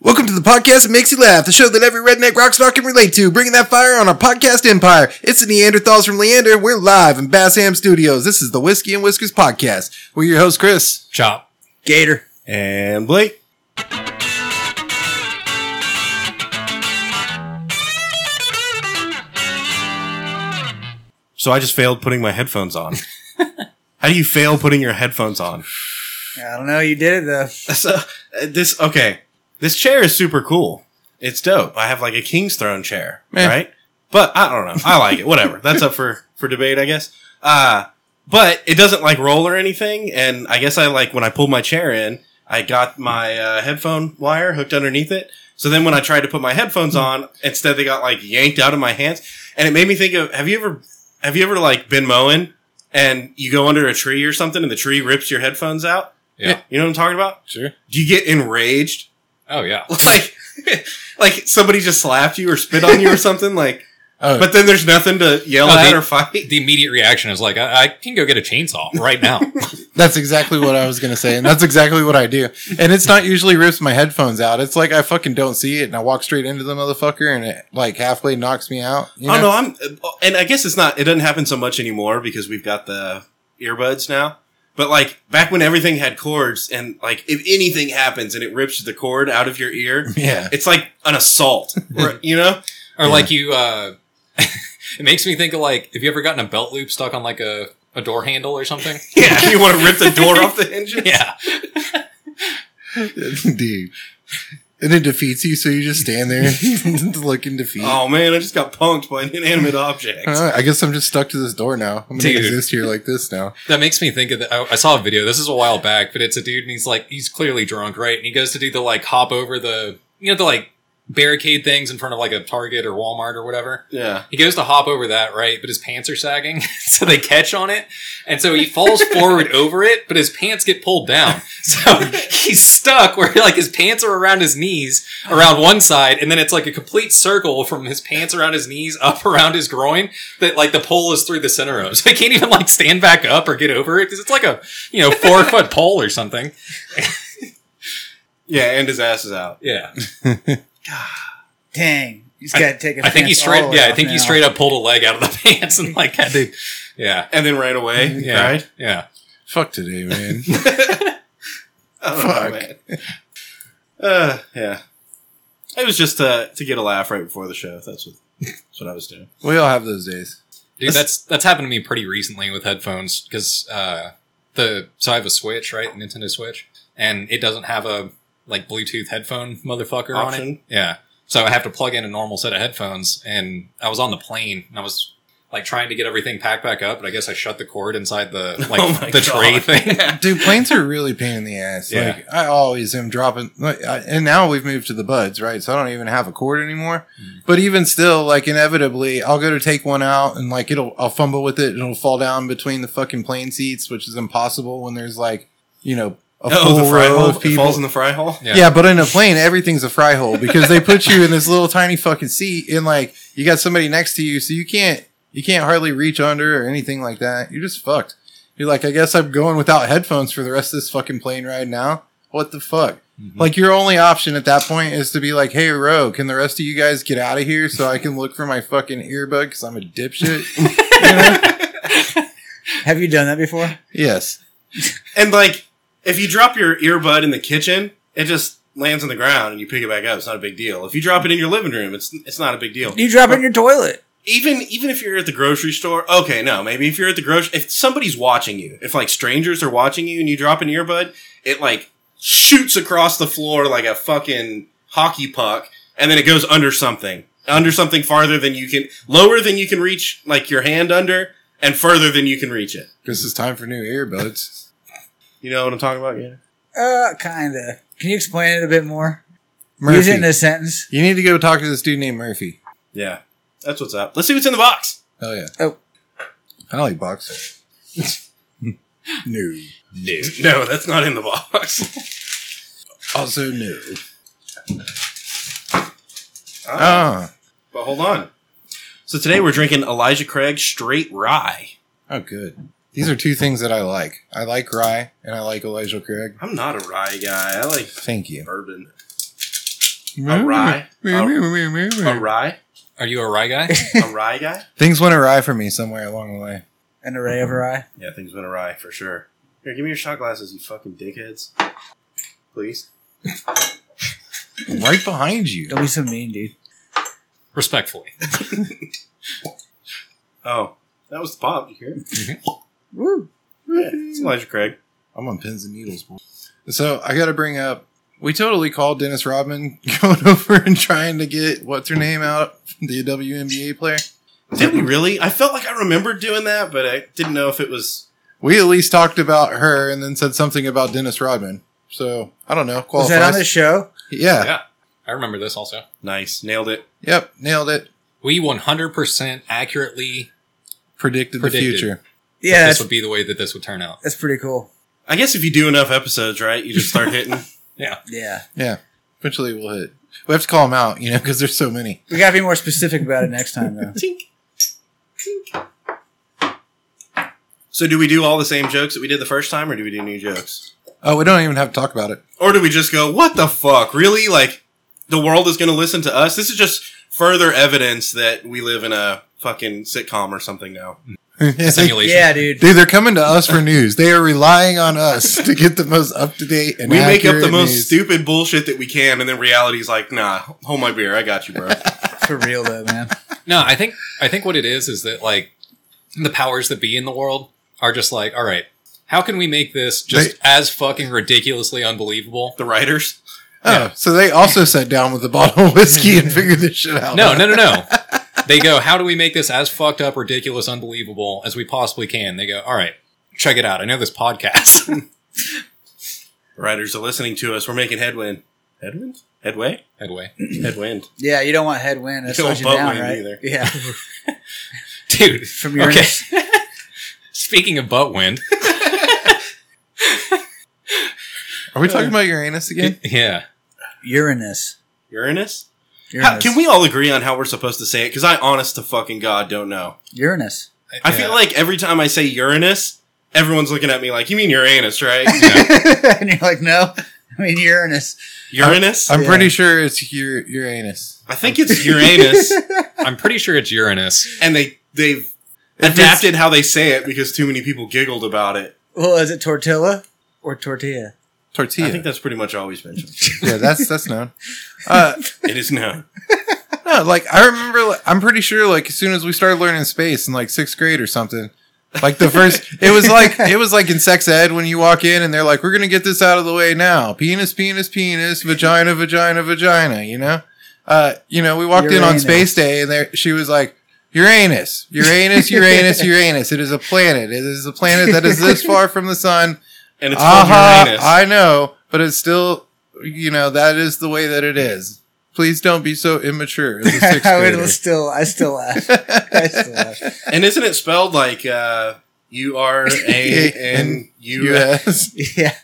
Welcome to the podcast that makes you laugh, the show that every redneck rock star can relate to, bringing that fire on our podcast empire. It's the Neanderthals from Leander. We're live in Bass Ham Studios. This is the Whiskey and Whiskers podcast. We're your host, Chris. Chop. Gator. And Blake. So I just failed putting my headphones on. How do you fail putting your headphones on? I don't know. You did it though. So uh, this okay. This chair is super cool. It's dope. I have like a king's throne chair, Eh. right? But I don't know. I like it. Whatever. That's up for for debate, I guess. Uh but it doesn't like roll or anything. And I guess I like when I pulled my chair in, I got my uh, headphone wire hooked underneath it. So then when I tried to put my headphones on, instead they got like yanked out of my hands. And it made me think of have you ever have you ever like been mowing and you go under a tree or something and the tree rips your headphones out? Yeah. You know what I'm talking about? Sure. do you get enraged? Oh yeah. Like, like somebody just slapped you or spit on you or something? Like, Oh, but then there's nothing to yell Oh, at they- or fight. The immediate reaction is like, I, I can go get a chainsaw right now. that's exactly what I was going to say. And that's exactly what I do. And it's not usually rips my headphones out. It's like I fucking don't see it and I walk straight into the motherfucker and it like halfway knocks me out. You know? Oh no, I'm, and I guess it's not. It doesn't happen so much anymore because we've got the earbuds now. But like back when everything had cords, and like if anything happens and it rips the cord out of your ear, Yeah. it's like an assault. or- you know? or like you, uh, it makes me think of like, have you ever gotten a belt loop stuck on like a, a door handle or something? Yeah, you want to rip the door off the hinges. yeah. Dude. And it defeats you, so you just stand there looking defeat. Oh man, I just got punked by an inanimate object. Uh-huh. Uh, I guess I'm just stuck to this door now. I'm gonna Dude. exist here like this now. That makes me think of the, I, I saw a video. This is a while back, but it's a dude and he's like, he's clearly drunk, right? And he goes to do the like hop over the, you know, the like barricade things in front of like a Target or Walmart or whatever. Yeah. He goes to hop over that, right? But his pants are sagging, so they catch on it. And so he falls forward over it, but his pants get pulled down. So he's stuck where like his pants are around his knees, around one side, and then it's like a complete circle from his pants around his knees up around his groin that like the pole is through the center of. So he can't even like stand back up or get over it because it's like a, you know, four foot pole or something. Yeah, and his ass is out. Yeah. Dang, he's got to take. I think he straight, yeah, I think he straight up pulled a leg out of the pants and like had to, yeah. And then ran away. Yeah. Right? Yeah. Fuck today, man. I don't Fuck. know, man. Uh, yeah. It was just uh, to get a laugh right before the show. That's what, that's what I was doing. we all have those days. Dude, that's that's happened to me pretty recently with headphones because uh, the so I have a Switch, right, Nintendo Switch, and it doesn't have a like Bluetooth headphone motherfucker on it. Option. Yeah, so I have to plug in a normal set of headphones, and I was on the plane and I was like trying to get everything packed back up, but I guess I shut the cord inside the like Oh my the tray God. thing. Dude, planes are really pain in the ass. Yeah. Like I always am dropping like I, and now we've moved to the buds, right? So I don't even have a cord anymore. Mm. But even still, like inevitably I'll go to take one out and like it'll I'll fumble with it and it'll fall down between the fucking plane seats, which is impossible when there's like, you know, a oh, the full fry row hole. of It people. falls in the fry hole. Yeah. Yeah. but in a plane, everything's a fry hole because they put you in this little tiny fucking seat, and like you got somebody next to you, so you can't you can't hardly reach under or anything like that. You're just fucked. You're like, I guess I'm going without headphones for the rest of this fucking plane ride now. What the fuck? Like your only option at that point is to be like, "Hey, Ro, can the rest of you guys get out of here so I can look for my fucking earbud because I'm a dipshit." You know? Have you done that before? Yes. And, like, if you drop your earbud in the kitchen, it just lands on the ground and you pick it back up. It's not a big deal. If you drop it in your living room, it's it's not a big deal. You drop it in your toilet. Even even if you're at the grocery store, okay, no, maybe if you're at the grocery, if somebody's watching you, if like strangers are watching you and you drop an earbud, it like shoots across the floor like a fucking hockey puck, and then it goes under something, under something farther than you can, lower than you can reach, like your hand under, and further than you can reach it. Because it's time for new earbuds. You know what I'm talking about? Yeah. Uh, kinda. Can you explain it a bit more? Use Murphy, it in a sentence. you need to go talk to this dude named Murphy. Yeah, that's what's up. Let's see what's in the box. Oh yeah. Oh. I like box. no. No, no, that's not in the box. Also no. Ah, Ah. but hold on. So today we're drinking Elijah Craig Straight Rye. Oh good. These are two things that I like. I like rye and I like Elijah Craig. I'm not a rye guy. I like Thank you. bourbon. Mm. Awry. Awry? Are you a rye guy? Awry guy? Things went awry for me somewhere along the way. An array of rye. Yeah, things went awry for sure. Here, give me your shot glasses, you fucking dickheads. Please. Right behind you. Don't be so mean, dude. Respectfully. Oh, that was the pop. You hear it? Woo. Yeah, it's Elijah Craig. I'm on pins and needles, boy. So I got to bring up. We totally called Dennis Rodman going over and trying to get what's her name out, the WNBA player. Did we really? I felt like I remembered doing that, but I didn't know if it was. We at least talked about her and then said something about Dennis Rodman. So I don't know. Was that on Qualifies. this show? yeah. Yeah. I remember this also. Nice. Nailed it. Yep. Nailed it. We 100% accurately Predicted, Predicted. the future. Yeah, this that's, would be the way that this would turn out. that's pretty cool. I guess if you do enough episodes, right, you just start hitting. Yeah. Eventually we'll hit. We have to call them out, you know, because there's so many. We gotta be more specific about it next time, though. Tink. Tink. So, do we do all the same jokes that we did the first time, or do we do new jokes? Oh, we don't even have to talk about it. Or do we just go, what the fuck? Really? Like, the world is going to listen to us? This is just further evidence that we live in a fucking sitcom or something now. Dude, Simulation. yeah, dude. they're coming to us for news. They are relying on us to get the most up to date and we make up the accurate most news. stupid bullshit that we can, and then reality's like, nah, hold my beer. I got you, bro. For real, though, man. No, I think I think what it is is that like the powers that be in the world are just like, all right, how can we make this just as fucking ridiculously unbelievable? the writers. Oh, Yeah. so they also sat down with a bottle of whiskey and figured this shit out. No, no, no, no. they go, how do we make this as fucked up, ridiculous, unbelievable as we possibly can? They go, all right, check it out. I know this podcast. The writers are listening to us. We're making headwind. Headwind? Headway? Headway. Headwind. Yeah, you don't want headwind. That You don't slows you want down, buttwind right? either. Yeah, Dude. from your Okay. Speaking of butt wind. Are we talking about Uranus again? Yeah. Uranus. Uranus? Uranus. How, can we all agree on how we're supposed to say it? Because I, honest to fucking God, don't know. Uranus. I feel like every time I say Uranus, everyone's looking at me like, you mean Uranus, right? and you're like, no. I mean, Uranus. Uranus? I'm Yeah. pretty sure it's Ur- Uranus. I think it's Uranus, I'm pretty sure it's Uranus. and they, they've it's- adapted how they say it because too many people giggled about it. Well, is it tortilla or tortilla? Tortilla. I think that's pretty much always mentioned. yeah, that's that's known. Uh, it is known. no, like I remember. Like, I'm pretty sure. Like as soon as we started learning space in like sixth grade or something, like the first, it was like it was like in sex ed when you walk in and they're like, "We're gonna get this out of the way now." Penis, penis, penis. Vagina, vagina, vagina. You know. Uh, you know, we walked in on Uranus. space day and there she was like. Uranus, Uranus, Uranus, Uranus. It is a planet. It is a planet that is this far from the sun. And it's called Aha, Uranus. Uh-huh. I know, but it's still, you know, that is the way that it is. Please don't be so immature as a sixth I grader. would still, I still laugh. I still laugh. and isn't it spelled like uh, U-R-A-N-U-S? U.S. Yeah,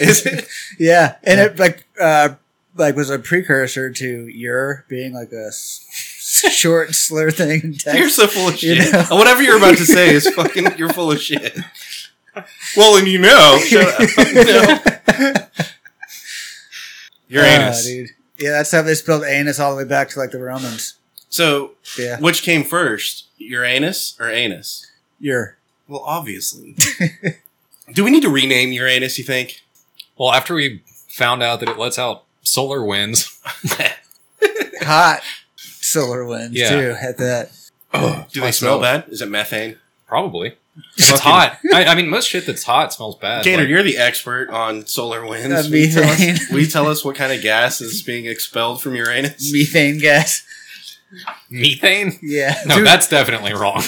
Is it? yeah. And it like, uh, like was a precursor to your being like a s- short slur thing in You're text. so full of You shit. know? Whatever you're about to say is fucking. You're full of shit. Well, and you know, shut up. No. Ah, Uranus. Oh, dude. Yeah, that's how they spelled anus all the way back to like the Romans. so, Yeah, which came first, Uranus or anus? your. Well, obviously. Do we need to rename Uranus? You think? Well, after we found out that it lets out solar winds, hot solar winds Yeah. too at that. Do they Myself. smell bad? Is it methane? probably. It's Fucking- hot. I, I mean, most shit that's hot smells bad. Gator, Like, you're the expert on solar winds. Uh, Will you tell us- methane. will you tell us what kind of gas is being expelled from Uranus? Methane gas. methane? Yeah. No, Dude. that's definitely wrong.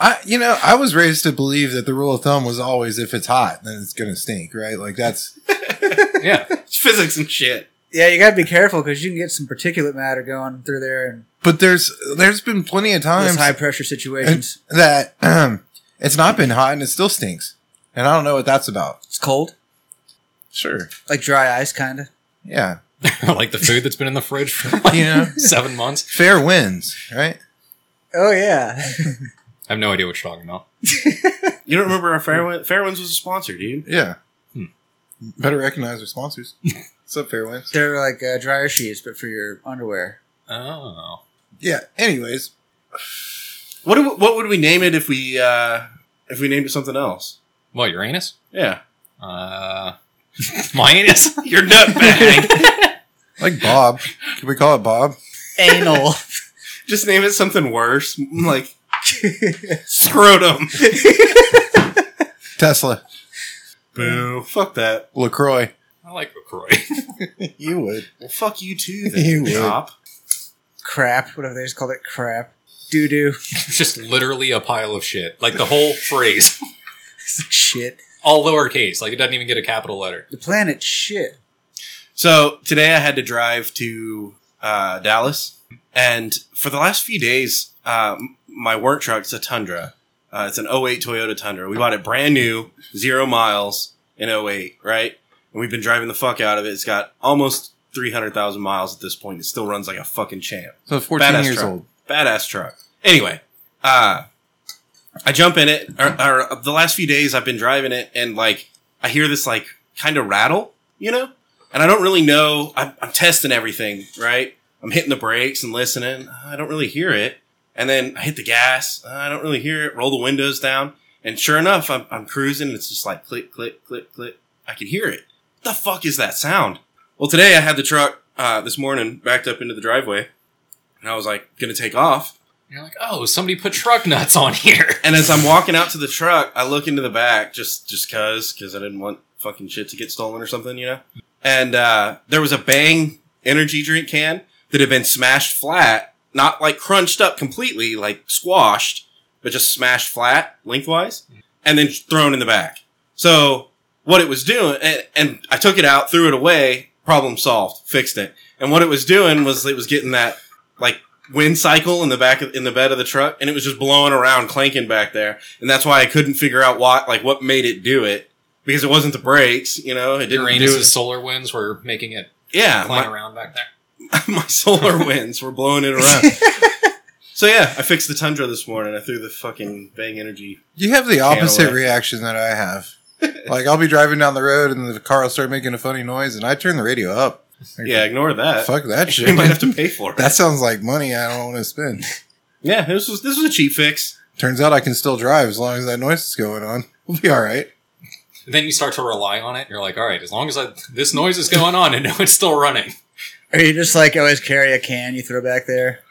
I, you know, I was raised to believe that the rule of thumb was always if it's hot, then it's gonna stink, right? Like that's yeah. It's physics and shit. Yeah, you gotta be careful because you can get some particulate matter going through there and but there's there's been plenty of those times high pressure situations. that it's not been hot and it still stinks. And I don't know what that's about. It's cold, Sure. like dry ice, kind of. Yeah. like the food that's been in the fridge for like You know? seven months. Fair wins, right? Oh yeah, I have no idea what you're talking about. You don't remember our Fairwinds? Fairwinds was a sponsor, dude. Yeah. Better recognize our sponsors. What's up, Fairwinds? They're like uh, dryer sheets, but for your underwear. Oh. Yeah. Anyways, What do, what would we name it if we uh, if we named it something else? What, Uranus? Yeah, Uh, my anus? your nutbag. like Bob. Can we call it Bob? Anal. Just name it something worse, like scrotum. Tesla. Boo! Fuck that. LaCroix. I like LaCroix. You would. Well, fuck you too. You Then, would. cop. crap. Whatever they just called it. Crap. Doo doo. It's just literally a pile of shit. Like the whole phrase. Shit. All lowercase. Like it doesn't even get a capital letter. The planet shit. So today I had to drive to uh, Dallas, and for the last few days, uh, m- my work truck's a Tundra. Uh, it's an 08 Toyota Tundra. We bought it brand new, zero miles in 08, right? And we've been driving the fuck out of it. It's got almost 300,000 miles at this point. It still runs like a fucking champ So 14 Badass years truck. old. badass truck. Anyway, uh, I jump in it. Or, or uh, the last few days I've been driving it, and like I hear this like kind of rattle, you know. And I don't really know. I'm, I'm testing everything, right? I'm hitting the brakes and listening. I don't really hear it. And then I hit the gas. I don't really hear it. Roll the windows down, and sure enough, I'm, I'm cruising. And it's just like click, click, click, click. I can hear it. the fuck is that sound? Well, today I had the truck uh, this morning backed up into the driveway, and I was like, gonna take off. You're like, oh, somebody put truck nuts on here. And as I'm walking out to the truck, I look into the back just just cause, cause I didn't want fucking shit to get stolen or something, you know. And uh, there was a Bang energy drink can that had been smashed flat, not like crunched up completely, like squashed, but just smashed flat lengthwise, and then thrown in the back. So what it was doing, and, and I took it out, threw it away, problem solved, fixed it. And what it was doing was it was getting that like wind cycle in the back of, in the bed of the truck, and it was just blowing around, clanking back there, and that's why I couldn't figure out why, like what made it do it. Because it wasn't the brakes, you know, it didn't do it. Uranus' solar winds were making it Yeah, flying my, around back there. my solar winds were blowing it around. so yeah, I fixed the Tundra this morning. I threw the fucking Bang Energy. You have the opposite away. reaction that I have. like, I'll be driving down the road and the car will start making a funny noise, and I turn the radio up. Like, Yeah, ignore that. Fuck that shit. We Uh, might have to pay for it. that sounds like money I don't want to spend. yeah, this was this was a cheap fix. Turns out I can still drive as long as that noise is going on. We'll be all right. And then you start to rely on it. You're like, all right, as long as I, this noise is going on and no, it's still running. Or you just like always carry a can you throw back there.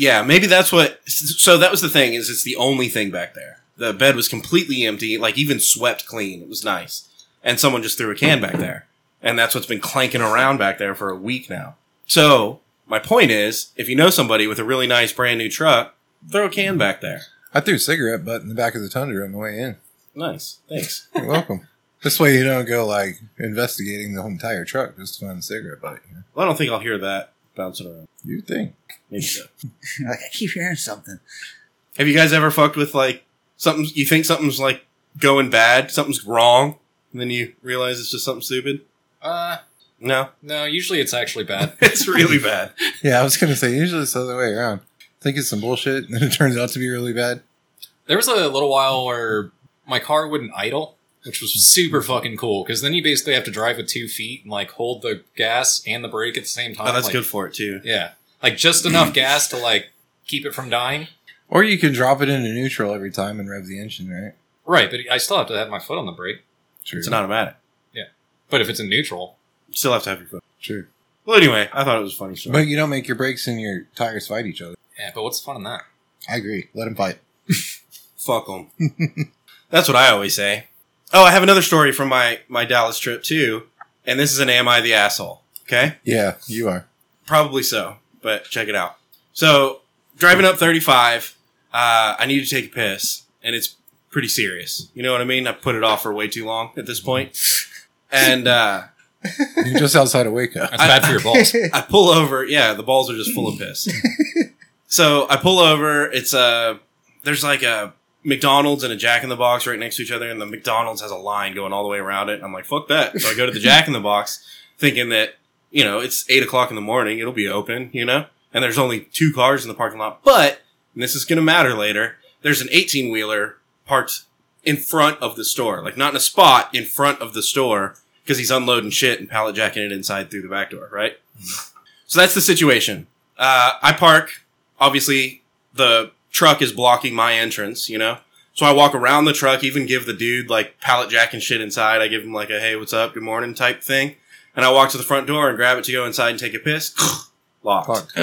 Yeah, maybe that's what. So that was the thing is it's the only thing back there. The bed was completely empty, like even swept clean. It was nice, and someone just threw a can back there, and that's what's been clanking around back there for a week now. So my point is, if you know somebody with a really nice brand new truck, throw a can back there. I threw a cigarette butt in the back of the Tundra on the way in. Nice, thanks. You're welcome. this way you don't go like investigating the whole entire truck just to find a cigarette butt. You, know? Well, I don't think I'll hear that bouncing around. you think? Maybe so. You're like I keep hearing something. Have you guys ever fucked with like something you think something's like going bad, something's wrong, and then you realize it's just something stupid? Uh, No, no, usually it's actually bad. it's really bad. Yeah, I was gonna say usually it's the other way around. Think it's some bullshit, and then it turns out to be really bad. There was a little while where my car wouldn't idle, which was super fucking cool because then you basically have to drive with two feet and like hold the gas and the brake at the same time. Oh, that's like- good for it too. Yeah, like just enough gas to like keep it from dying. Or you can drop it into neutral every time and rev the engine, right? Right, but I still have to have my foot on the brake. True. It's an automatic. But if it's in neutral, You still have to have your phone. True. Well, anyway, I thought it was a funny. Story. But you don't make your brakes and your tires fight each other. yeah. But what's the fun in that? I agree. Let them fight. Fuck them. That's what I always say. Oh, I have another story from my my Dallas trip too, and this is an "Am I the asshole?" Okay. Yeah, you are. Probably so, but check it out. So, driving up 35, uh, I need to take a piss, and it's pretty serious. You know what I mean? I put it off for way too long at this point. And uh, You're just outside of Waco. That's bad for your balls. I pull over. Yeah, the balls are just full of piss. so I pull over. It's a there's like a McDonald's and a Jack in the Box right next to each other, and the McDonald's has a line going all the way around it. And I'm like, fuck that. So I go to the Jack in the Box, thinking that you know it's eight o'clock in the morning, it'll be open, you know, and there's only two cars in the parking lot. But and this is gonna matter later. There's an 18 wheeler parked in front of the store, like not in a spot in front of the store because he's unloading shit and pallet jacking it inside through the back door, right? So that's the situation. Uh, I park. Obviously, the truck is blocking my entrance, you know? So I walk around the truck, even give the dude like pallet jacking shit inside. I give him like a hey, what's up, good morning type thing. And I walk to the front door and grab it to go inside and take a piss. Locked. Fuck.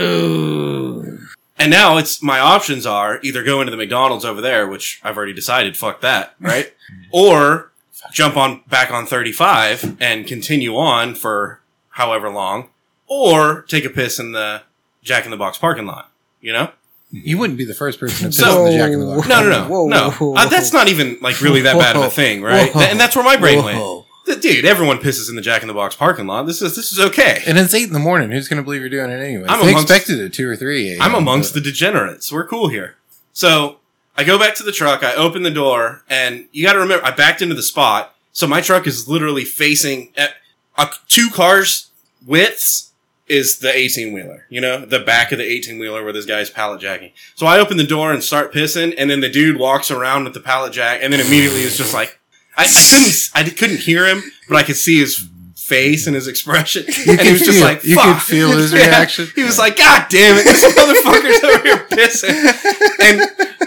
And now it's my options are either go into the McDonald's over there, which I've already decided, fuck that, right? or jump on back on 35 and continue on for however long, or take a piss in the Jack in the Box parking lot, you know? You wouldn't be the first person to piss So- in the Jack in the Box. No, no, no. Whoa. no. Uh, that's not even like really that bad of a thing, right? Whoa. And that's where my brain went. Whoa. Th- Dude, everyone pisses in the Jack in the Box parking lot. This is this is okay. And it's eight in the morning. Who's going to believe you're doing it anyway? I'm they amongst- expected it two or three. a.m., I'm amongst but- the degenerates. We're cool here. So I go back to the truck. I open the door, and you got to remember, I backed into the spot. So my truck is literally facing at a, two cars widths is the 18 wheeler, you know, the back of the 18 wheeler where this guy's pallet jacking. So I open the door and start pissing, and then the dude walks around with the pallet jack, and then immediately is just like, I, I couldn't, I couldn't hear him, but I could see his face and his expression, and could he was just feel- like, you "Fuck." could feel his Yeah. reaction. He was like, "God damn it, this motherfucker's over here pissing," and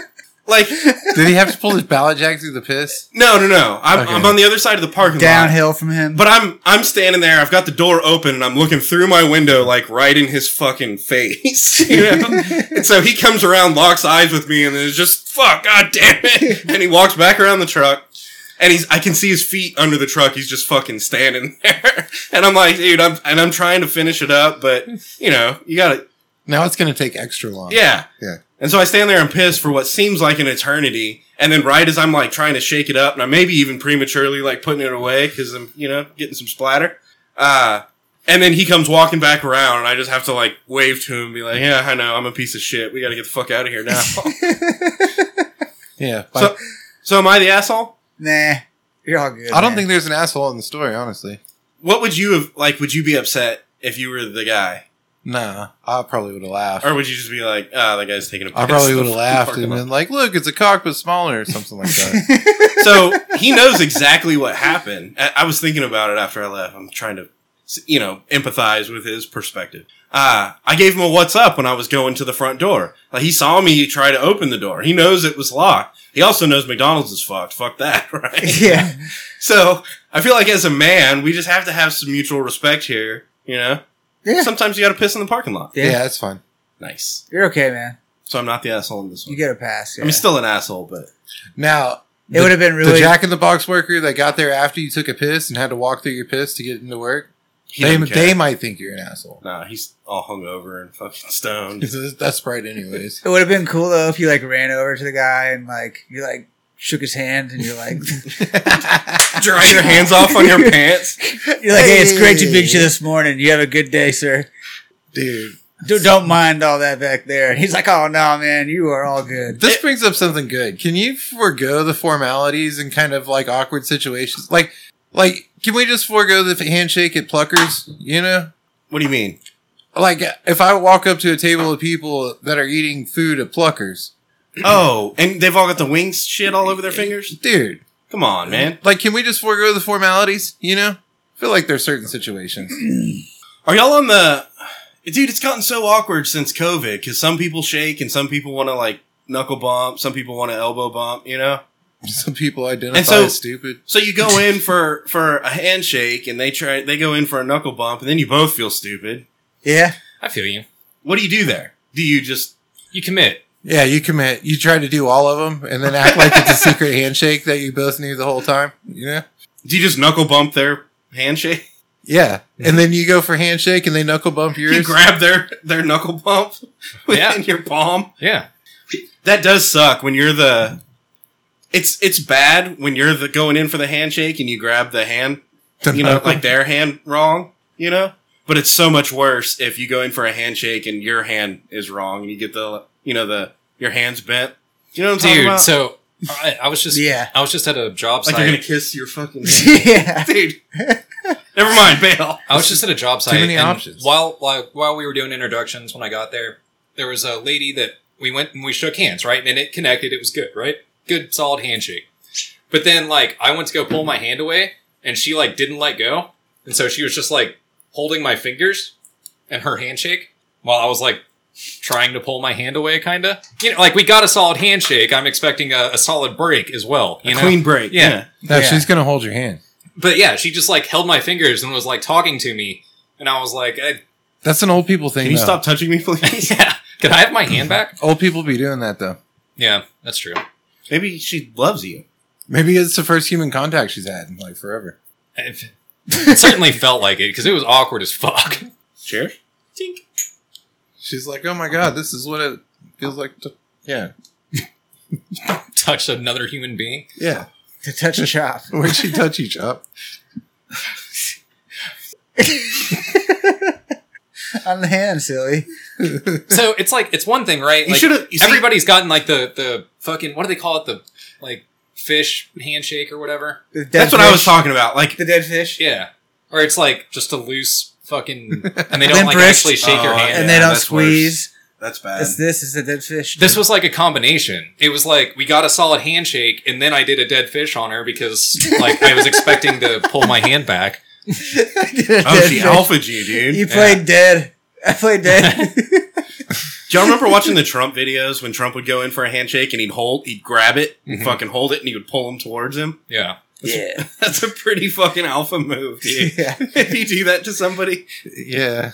like, Did he have to pull his pallet jack through the piss? no, no, no, I'm, Okay. I'm on the other side of the parking lot. Downhill from him. But I'm I'm standing there. I've got the door open, and I'm looking through my window, like right in his fucking face. You know? and so he comes around, locks eyes with me, and then it's just fuck, god damn it. And he walks back around the truck, and he's I can see his feet under the truck. He's just fucking standing there, and I'm like, dude, I'm and I'm trying to finish it up, but you know, you gotta Now it's going to take extra long. yeah. Yeah. And so I stand there and piss for what seems like an eternity. And then right as I'm like trying to shake it up, and I maybe even prematurely like putting it away because I'm, you know, getting some splatter. Uh, and then he comes walking back around, and I just have to like wave to him and be like, yeah, I know, I'm a piece of shit. We got to get the fuck out of here now. Yeah. so, so am I the asshole? nah, you're all good. I don't man. think there's an asshole in the story, honestly. What would you have, like, would you be upset if you were the guy? Nah, I probably would have laughed. Or would you just be like, ah, that guy's taking a piss? I probably in the would have laughed parking and lot?" been like, "Look, it's a cock but smaller" or something like that. so he knows exactly what happened. I, I was thinking about it after I left. I'm trying to, you know, empathize with his perspective. Uh, I gave him a what's up when I was going to the front door. Like he saw me try to open the door. He knows it was locked. He also knows McDonald's is fucked. Fuck that, right? Yeah. So I feel like as a man, we just have to have some mutual respect here. You know, Yeah. sometimes you got to piss in the parking lot. yeah. Yeah. that's fine. Nice. You're okay, man. So I'm not the asshole in this one. You get a pass. I'm yeah. still an asshole, but Now it would have been really. the Jack in the Box worker that got there after you took a piss and had to walk through your piss to get into work, he they, doesn't care. they might think you're an asshole. Nah, he's all hungover and fucking stoned. that's right, anyways. it would have been cool though if you like ran over to the guy and like you like shook his hand and you're like dry your hands off on your pants. you're like hey, it's great to meet you this morning. You have a good day, sir. Dude, Dude, don't mind all that back there. And he's like, oh no, man, you are all good. this brings up something good. Can you forego the formalities and kind of like awkward situations? Like, like, can we just forego the handshake at Pluckers? You know, What do you mean? like if I walk up to a table of people that are eating food at Pluckers, Oh, and they've all got the wings shit all over their fingers? dude, Come on, man. like can we just forego the formalities? You know, I feel like there's certain situations. Are y'all on the. Dude, it's gotten so awkward since COVID because some people shake and some people want to, like, knuckle bump, some people want to elbow bump, you know? Some people identify And so- as stupid. So you go in for for a handshake and they try they go in for a knuckle bump and then you both feel stupid. Yeah. I feel you. What do you do there? Do you just You commit. Yeah, you commit. You try to do all of them and then act like it's a secret handshake that you both knew the whole time. You know? do you just knuckle bump their handshake? Yeah, and then you go for handshake and they knuckle bump You yours. grab their their knuckle bump Yeah. within your palm. Yeah. That does suck when you're the. It's it's bad when you're the going in for the handshake and you grab the hand, you know, like their hand wrong, you know. But it's so much worse if you go in for a handshake and your hand is wrong and you get the you know the your hands bent. You know what I'm talking Dude, about? so I, I was just Yeah. I was just at a job like site. you're gonna kiss your fucking hand. yeah. dude. Never mind, bail. I was just at a job site. many and options. While, while while we were doing introductions, when I got there, there was a lady that we went and we shook hands, right? And it connected. It was good, right? Good, solid handshake. But then, like, I went to go pull my hand away, and she like didn't let go, and so she was just like holding my fingers and her handshake while I was like trying to pull my hand away, kind of. You know, like we got a solid handshake. I'm expecting a, a solid break as well. You know, Clean break. Yeah. No, Yeah. she's gonna hold your hand. but yeah, she just like held my fingers and was like talking to me, and I was like, I, That's an old people thing. Can you though. stop touching me, please? yeah, can I have my hand back? Old people be doing that though. Yeah, that's true. Maybe she loves you. Maybe it's the first human contact she's had in like forever. It certainly felt like it because it was awkward as fuck. Sure. Tink. She's like, "Oh my god, this is what it feels like." To- yeah, Touched another human being. yeah. to touch a shop. When she touch each up, On the hand, silly. So it's like it's one thing, right? You Like, should have. Everybody. everybody's gotten like the the fucking what do they call it? The like fish handshake or whatever. The dead That's what I was fish. talking about. Like The dead fish. Yeah, or it's like just a loose fucking and they don't Limp like wrist. actually shake your Oh, hand. And Yeah, they don't that's Um, squeeze. that's bad. It's this is the dead fish. This was like a combination. It was like we got a solid handshake, and then I did a dead fish on her because like I was expecting to pull my hand back. Oh, she alphaed you, dude. You played dead. I played dead. Do y'all remember watching the Trump videos when Trump would go in for a handshake and he'd hold, he'd grab it, and Mhm. fucking hold it, and he would pull him towards him? Yeah, yeah. That's a pretty fucking alpha move, dude. yeah. if you do that to somebody. yeah.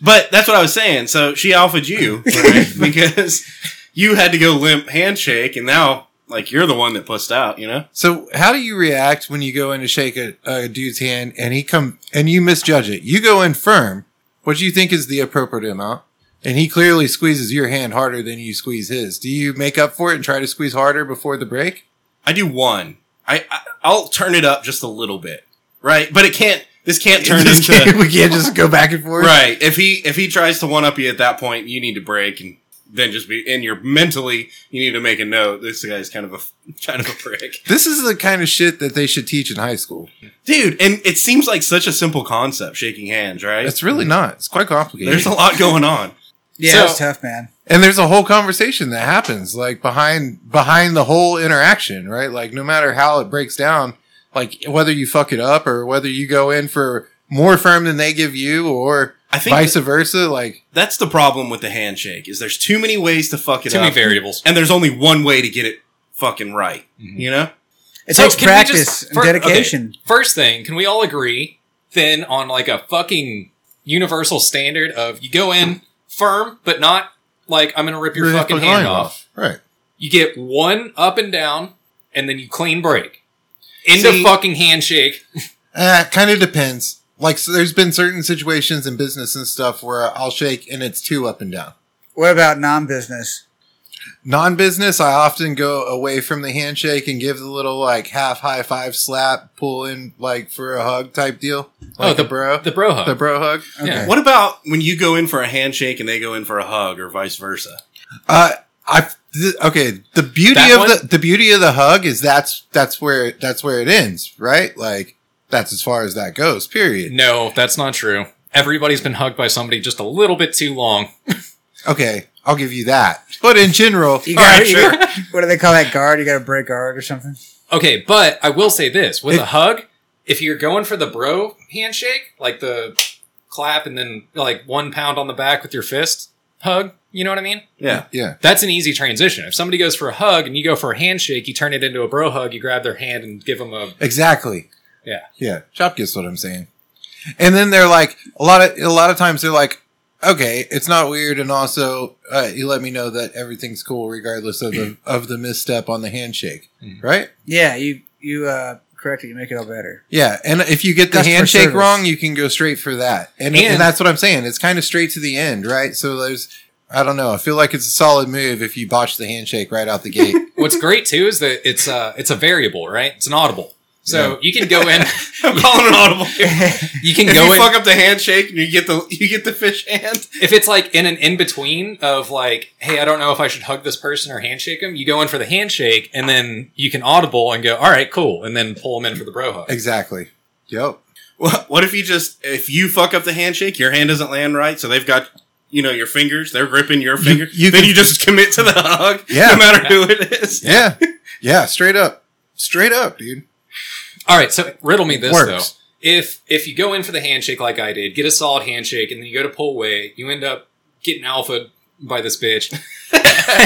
But that's what I was saying. So she alphaed you, right? because you had to go limp handshake, and now, like, you're the one that pussed out, you know? So, how do you react when you go in to shake a, a dude's hand and he come and you misjudge it? You go in firm, what you think is the appropriate amount, and he clearly squeezes your hand harder than you squeeze his. Do you make up for it and try to squeeze harder before the break? I do one. I, I I'll turn it up just a little bit, right? But it can't. This can't turn Just into kidding, we can't just go back and forth. right. If he if he tries to one up you at that point, you need to break and then just be. And you're mentally, you need to make a note. This guy's kind of a kind of a prick, This is the kind of shit that they should teach in high school. dude. And it seems like such a simple concept, shaking hands, right? It's really not. It's quite complicated. There's a lot going on. Yeah, So- that was tough, man. and there's a whole conversation that happens like behind behind the whole interaction right like no matter how it breaks down like whether you fuck it up or whether you go in for more firm than they give you or I think vice versa like that's the problem with the handshake is there's too many ways to fuck it too up, many variables. and there's only one way to get it fucking right. Mm-hmm. You know, It So, takes can we just- practice and for- dedication. First thing, can we all agree then on like a fucking universal standard of you go in firm but not like I'm gonna rip your Rip fucking the hand line off. right You get one up and down, and then you clean break. End of See- fucking handshake. uh, kind of depends like so there's been certain situations in business and stuff where i'll shake and it's two up and down What about non-business? non-business i often go away from the handshake and give the little like half high five slap pull in like for a hug type deal like Oh, the- a bro The bro hug. the bro hug Yeah. Okay. What about when you go in for a handshake and they go in for a hug, or vice versa? Uh, I th- okay. The beauty That of one? the the beauty of the hug is that's that's where that's where it ends, right? Like that's as far as that goes. Period. no, that's not true. Everybody's been hugged by somebody just a little bit too long. Okay, I'll give you that. But in general, You All got, right, you- sure. What do they call that guard? You got to break guard or something? Okay, but I will say this with If- a hug, if you're going for the bro handshake, like the clap and then like one pound on the back with your fist hug, you know what I mean? Yeah. yeah, That's an easy transition. If somebody goes for a hug and you go for a handshake, you turn it into a bro hug, you grab their hand and give them a. exactly. Yeah. yeah. Chop gets what I'm saying. And then they're like a lot of a lot of times they're like, okay, it's not weird, and also uh, you let me know that everything's cool regardless of the of the misstep on the handshake, Mhm. right? Yeah, you you uh, correct it. You make it all better. Yeah, and if you get the Customer handshake service. wrong, you can go straight for that, and, and And- that's what I'm saying. It's kind of straight to the end, right? So there's, I don't know. I feel like it's a solid move if you botch the handshake right out the gate. What's great too is that it's a it's a variable, right? It's an audible, so you can go in. I'm calling an audible. You can If go you in fuck up the handshake and you get the you get the fish hand. if it's like in an in between of like, hey, I don't know if I should hug this person or handshake them, you go in for the handshake and then you can audible and go, all right, cool, and then pull them in for the bro hug. exactly. Yep. What, what if you just if you fuck up the handshake, your hand doesn't land right, so they've got you know your fingers, they're gripping your finger. you then can- you just commit to the hug, Yeah. no matter who it is. Yeah. Yeah. Straight up. Straight up, dude. All right, so riddle me this Works. though. If if you go in for the handshake like I did, get a solid handshake, and then you go to pull away, you end up getting alpha by this bitch,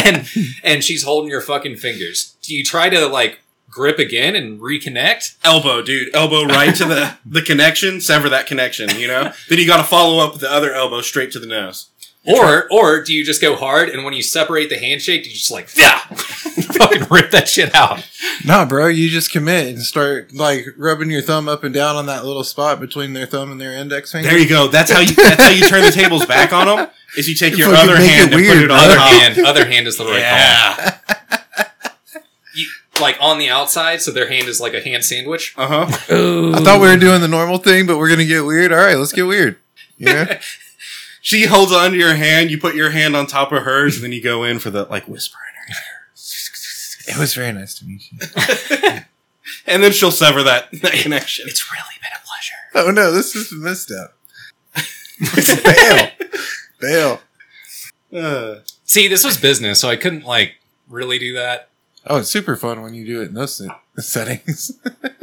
and and she's holding your fucking fingers. Do you try to like grip again and reconnect? Elbow, dude. Elbow right to the, the connection, sever that connection, you know? then you gotta follow up with the other elbow straight to the nose. Or or do you just go hard and when you separate the handshake, do you just like yeah, fucking rip that shit out? No, bro, you just commit and start like rubbing your thumb up and down on that little spot between their thumb and their index finger. There you go. That's how you that's how you turn the tables back on them. Is you take your Fucking other make hand it and put weird, it on Other top. hand, other hand is the right call. Yeah. You, like on the outside, so their hand is like a hand sandwich. Uh huh. I thought we were doing the normal thing, but we're gonna get weird. All right, let's get weird. Yeah, She holds onto your hand. You put your hand on top of hers, and then you go in for the like whisper in her it was very nice to meet you. ear. And then she'll sever that, that connection. It's really been a pleasure. Oh no, this is a misstep. Fail, fail. Uh, See, this was business, so I couldn't like really do that. Oh, it's super fun when you do it in those se- settings.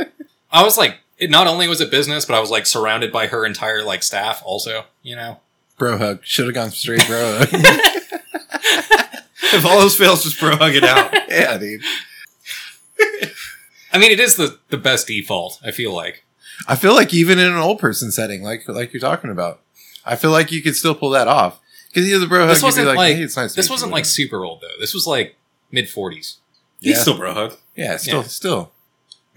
I was like, it not only was it business, but I was like surrounded by her entire like staff also, you know? Bro hug should have gone straight. Bro hug. if all else fails, just bro hug it out. yeah, dude. I mean, it is the, the best default, I feel like. I feel like even in an old person setting, like like you're talking about, I feel like you could still pull that off. Because you know the bro hug, This you'd be wasn't like, like- hey, it's nice. to meet This you," wasn't like super old though. This was like mid 40s. He's Yeah. still bro hug. yeah, still, yeah. still.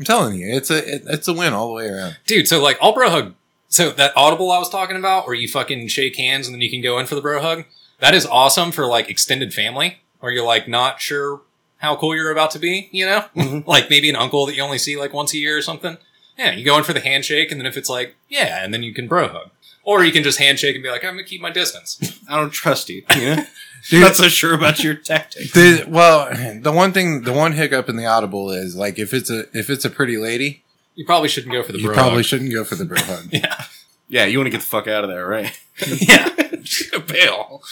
I'm telling you, it's a it, it's a win all the way around. Dude, so like, I'll bro hug. So that audible I was talking about, where you fucking shake hands and then you can go in for the bro hug, that is awesome for like extended family, or you're like not sure how cool you're about to be, you know? Mm-hmm. like maybe an uncle that you only see like once a year or something. Yeah, you go in for the handshake, and then if it's like, yeah, and then you can bro hug. Or you can just handshake and be like, I'm gonna keep my distance. I don't trust you. You know, Dude. not so sure about your tactics. The, well, the one thing, the one hiccup in the audible is like if it's a if it's a pretty lady, You probably shouldn't go for the you bro probably hug. shouldn't go for the bro hug. Yeah, you want to get the fuck out of there, right? yeah. Bail.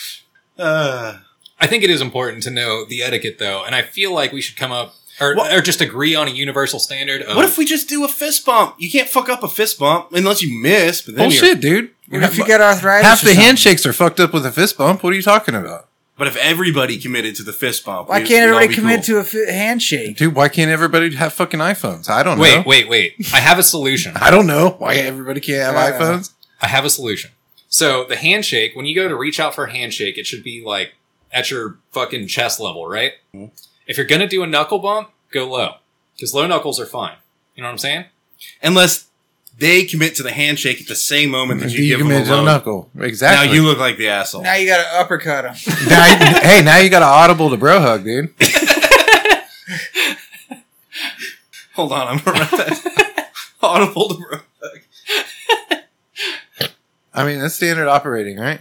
Uh, I think it is important to know the etiquette though, and I feel like we should come up or, What- or just agree on a universal standard of what if we just do a fist bump? You can't fuck up a fist bump unless you miss. But then you're- Bullshit, dude. What if you get arthritis? Half or the something? handshakes are fucked up with a fist bump. What are you talking about, But if everybody committed to the fist bump, Why we- can't we'd all everybody be commit cool. to a fi handshake? dude? Why can't everybody have fucking iPhones? I don't know. Wait, wait, wait. I have a solution. I don't know why everybody can't have Uh, iPhones. I have a solution. So the handshake, when you go to reach out for a handshake, it should be like at your fucking chest level, right? Mm-hmm. If you're gonna do a knuckle bump, go low. Because low knuckles are fine. You know what I'm saying? unless they commit to the handshake at the same moment that you, You give can them a mention loan. knuckle. Now Exactly. you look like the asshole. Now you got to uppercut him. Now you- hey, now you got an audible to bro hug, dude. Hold on, I'm gonna write that. Audible to bro. I mean, that's standard operating, right?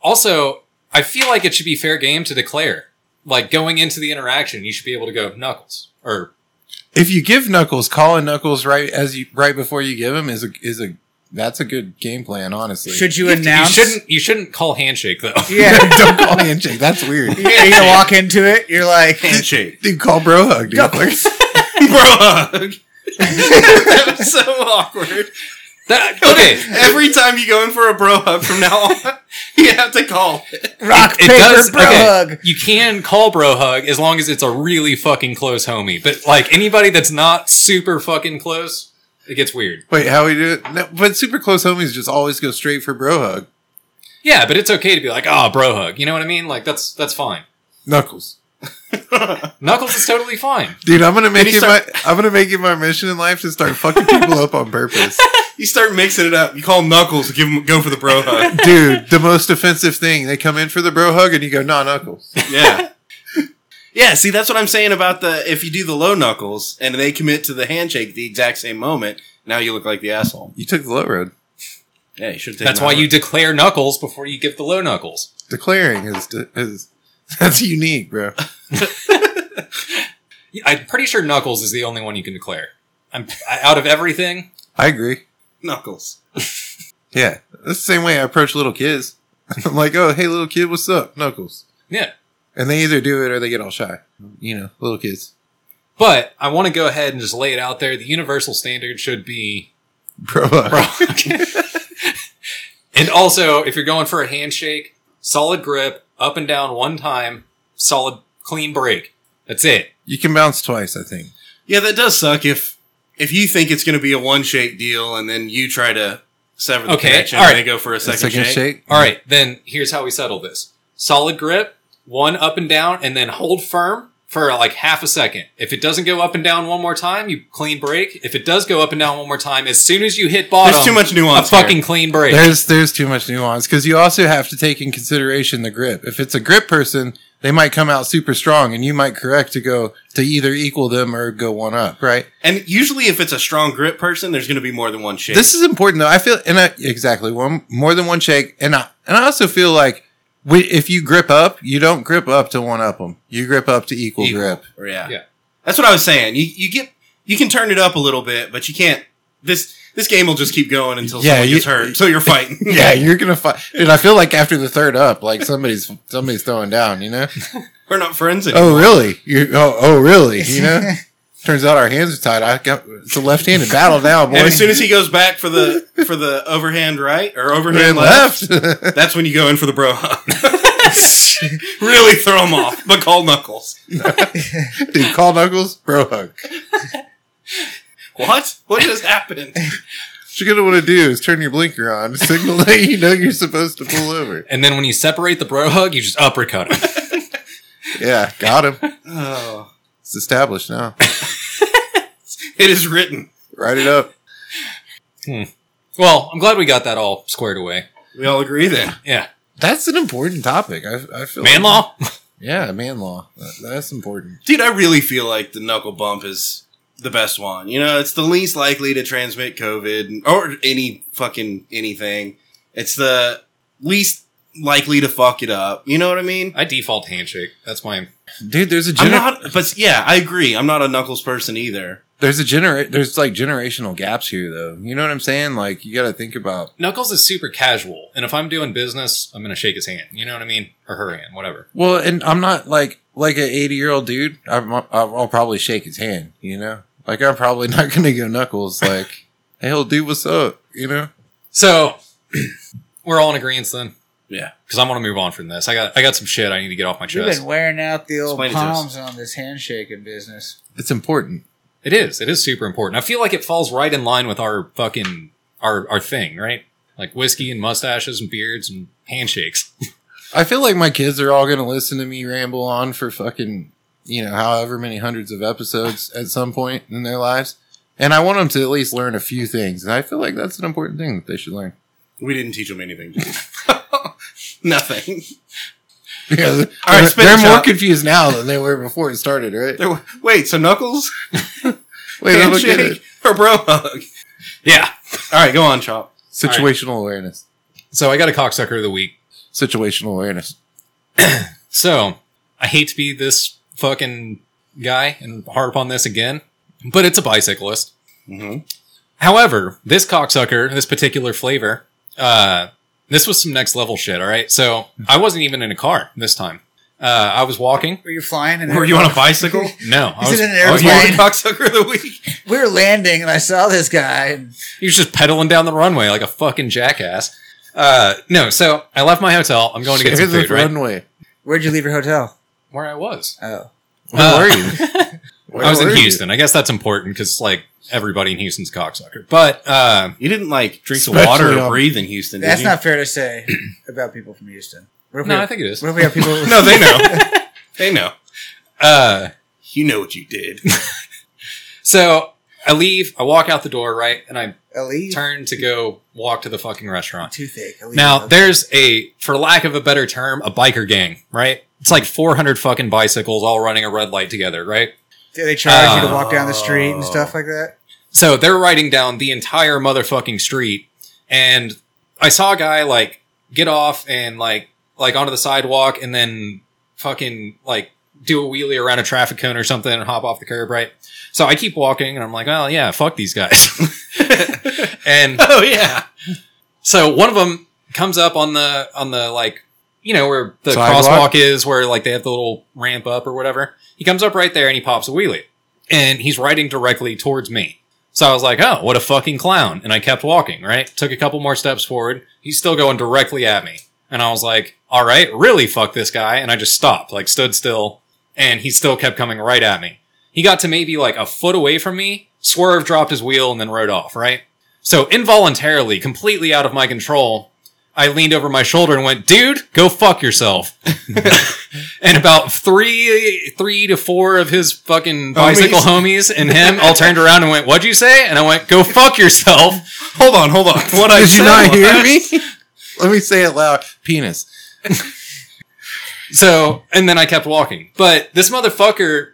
Also, I feel like it should be fair game to declare. Like going into the interaction, you should be able to go knuckles or If you give knuckles, calling knuckles right as you right before you give him is a is a that's a good game plan, honestly. Should you you announce? shouldn't you shouldn't call handshake though. Yeah. don't call handshake. That's weird. you're, you're gonna walk into it. You're like, Handshake. Dude, call bro hug, dude. Knuckles. bro hug. that was so awkward. That- okay. Every time you go in for a bro hug from now on, you have to call. rock It paper does- bro okay. hug. You can call bro hug as long as it's a really fucking close homie. But like anybody that's not super fucking close, it gets weird. Wait, how we do it? No, but super close homies just always go straight for bro hug. Yeah, but it's okay to be like, oh, bro hug. You know what I mean? Like that's that's fine. Knuckles. Knuckles is totally fine. Dude, I'm gonna make you it start- my I'm gonna make it my mission in life to start fucking people up on purpose. You start mixing it up. You call Knuckles to give him go for the bro hug. Dude, the most offensive thing. They come in for the bro hug and you go, nah, knuckles. Yeah. Yeah, see that's what I'm saying about the if you do the low knuckles and they commit to the handshake at the exact same moment, now you look like the asshole. You took the low road. Yeah, you should take That's why you declare knuckles before you give the low knuckles. declaring is is that's unique, bro. I'm pretty sure knuckles is the only one you can declare. I'm I, out of everything. I agree. knuckles. Yeah, that's the same way I approach little kids. I'm like, oh, hey, little kid, what's up, Knuckles? Yeah. And they either do it or they get all shy. You know, little kids. But I want to go ahead and just lay it out there. The universal standard should be Bro, bro. and also, if you're going for a handshake, solid grip, up and down one time, solid clean break. That's it. you can bounce twice, I think. Yeah, that does suck if if you think it's going to be a one shake deal and then you try to sever the Okay, connection all and right. they go for a A second, second shake. shake. All right, then here's how we settle this: solid grip, one up and down, and then hold firm for like half a second. If it doesn't go up and down one more time, you clean break. If it does go up and down one more time, as soon as you hit bottom, There's too much a nuance. here. fucking clean break. There's there's too much nuance because you also have to take in consideration the grip. If it's a grip person, they might come out super strong, and you might correct to go to either equal them or go one up, right? And usually, if it's a strong grip person, there's going to be more than one shake. This is important though. I feel and I, exactly one more than one shake, and I and I also feel like we, if you grip up, you don't grip up to one up them. You grip up to equal, Equal. grip. Or, yeah. Yeah. That's what I was saying. You you get you can turn it up a little bit, but you can't. This this game will just keep going until Yeah, someone you- gets hurt. So you're fighting. Yeah, you're gonna fight, dude. I feel like after the third up, like somebody's somebody's throwing down. You know? we're not friends anymore. Oh really? You oh oh really? You know? Turns out our hands are tied. I got it's a left-handed battle now, boy. and as soon as he goes back for the for the overhand right or Man overhand left, left. that's when you go in for the bro hug. really throw him off, but call knuckles. Dude, call Knuckles, bro hug. What? What just happened? What you're gonna want to do is turn your blinker on, signal that you know you're supposed to pull over. And then when you separate the bro hug, you just uppercut him. Yeah, got him. Oh, It's established now. it is written. Write it up. well, I'm glad we got that all squared away. We all agree then. Yeah, That's an important topic. I, I feel man law. Yeah, man law. That, that's important. Dude, I really feel like the knuckle bump is the best one. You know, it's the least likely to transmit COVID and- or any fucking anything. It's the least likely to fuck it up. You know what I mean? I default handshake. That's my Dude, there's a I'm gener- not, but yeah, I agree. I'm not a knuckles person either. there's a genera- there's like generational gaps here though. You know what I'm saying? Like you got to think about Knuckles is super casual, and if I'm doing business, I'm gonna shake his hand. You know what I mean, or her hand, whatever. Well, and I'm not like like an 80 year old dude. I'm, I'll, I'll probably shake his hand, you know. Like I'm probably not gonna go knuckles. Like, hey, old dude, what's up? You know. So we're all in agreement then. Yeah. because I want to move on from this. I got I got some shit I need to get off my You've chest. been wearing out the old Explain it to us. palms on this handshaking business. It's important. It is. It is super important. I feel like it falls right in line with our fucking our our thing, right? Like whiskey and mustaches and beards and handshakes. I feel like my kids are all gonna listen to me ramble on for fucking you know however many hundreds of episodes at some point in their lives, and I want them to at least learn a few things. And I feel like that's an important thing that they should learn. We didn't teach them anything. Nothing. Because All right, they're- spit they're it, more Chuck. confused now than they were before it started, right? There were- Wait, so knuckles, Wait, I don't get it. handshake, or bro hug? Yeah. All right, go on, Chop. right. Situational awareness. So I got a cocksucker of the week. Situational awareness. So I hate to be this fucking guy and harp on this again, but it's a bicyclist. Mm-hmm. However, this cocksucker, this particular flavor, uh, this was some next level shit. All right, so I wasn't even in a car this time. Uh, I was walking. Were you flying? And Were you on a bicycle? No, I Is was, it an I was Were you walking. the cocksucker of the week? we were landing, and I saw this guy. And He was just pedaling down the runway like a fucking jackass. Uh, no, so I left my hotel. I'm going to get some Here's the food, right? runway. where'd you leave your hotel? Where I was. Oh, Where Uh, were you? Where I was in were you? Houston. I guess that's important because like everybody in Houston's a cocksucker. But uh, You didn't like drink Especially the water or on- breathe in Houston. Did that's you? not fair to say about people from Houston. What if, no, we, I think it is. what if we have people? No, they know. they know. Uh, You know what you did. so I leave. I walk out the door, right, and I elite turn to go walk to the fucking restaurant. toothache. Elite Now, there's a, for lack of a better term, a biker gang, right? It's like 400 fucking bicycles all running a red light together, right? do they charge you to Oh. walk down the street and stuff like that? So they're riding down the entire motherfucking street. And I saw a guy like get off and like, like onto the sidewalk and then fucking like do a wheelie around a traffic cone or something and hop off the curb, right? So I keep walking and I'm like, oh yeah, fuck these guys. and oh yeah. So one of them comes up on the on the like you know where the Sidewalk? crosswalk is, where like they have the little ramp up or whatever. He comes up right there and he pops a wheelie. and he's riding directly towards me. So I was like, oh, what a fucking clown. And I kept walking, right? Took a couple more steps forward. He's still going directly at me. And I was like, all right, really fuck this guy. And I just stopped, like stood still. And he still kept coming right at me. He got to maybe like a foot away from me, swerved, dropped his wheel, and then rode off, right? So involuntarily, completely out of my control, I leaned over my shoulder and went, dude, go fuck yourself. and about three, three to four of his fucking bicycle homies and him all turned around and went, what'd you say? And I went, go fuck yourself. Hold on, hold on. What I Oh, Did you said not was- hear me? Let me say it loud. Penis. So, and then I kept walking. But this motherfucker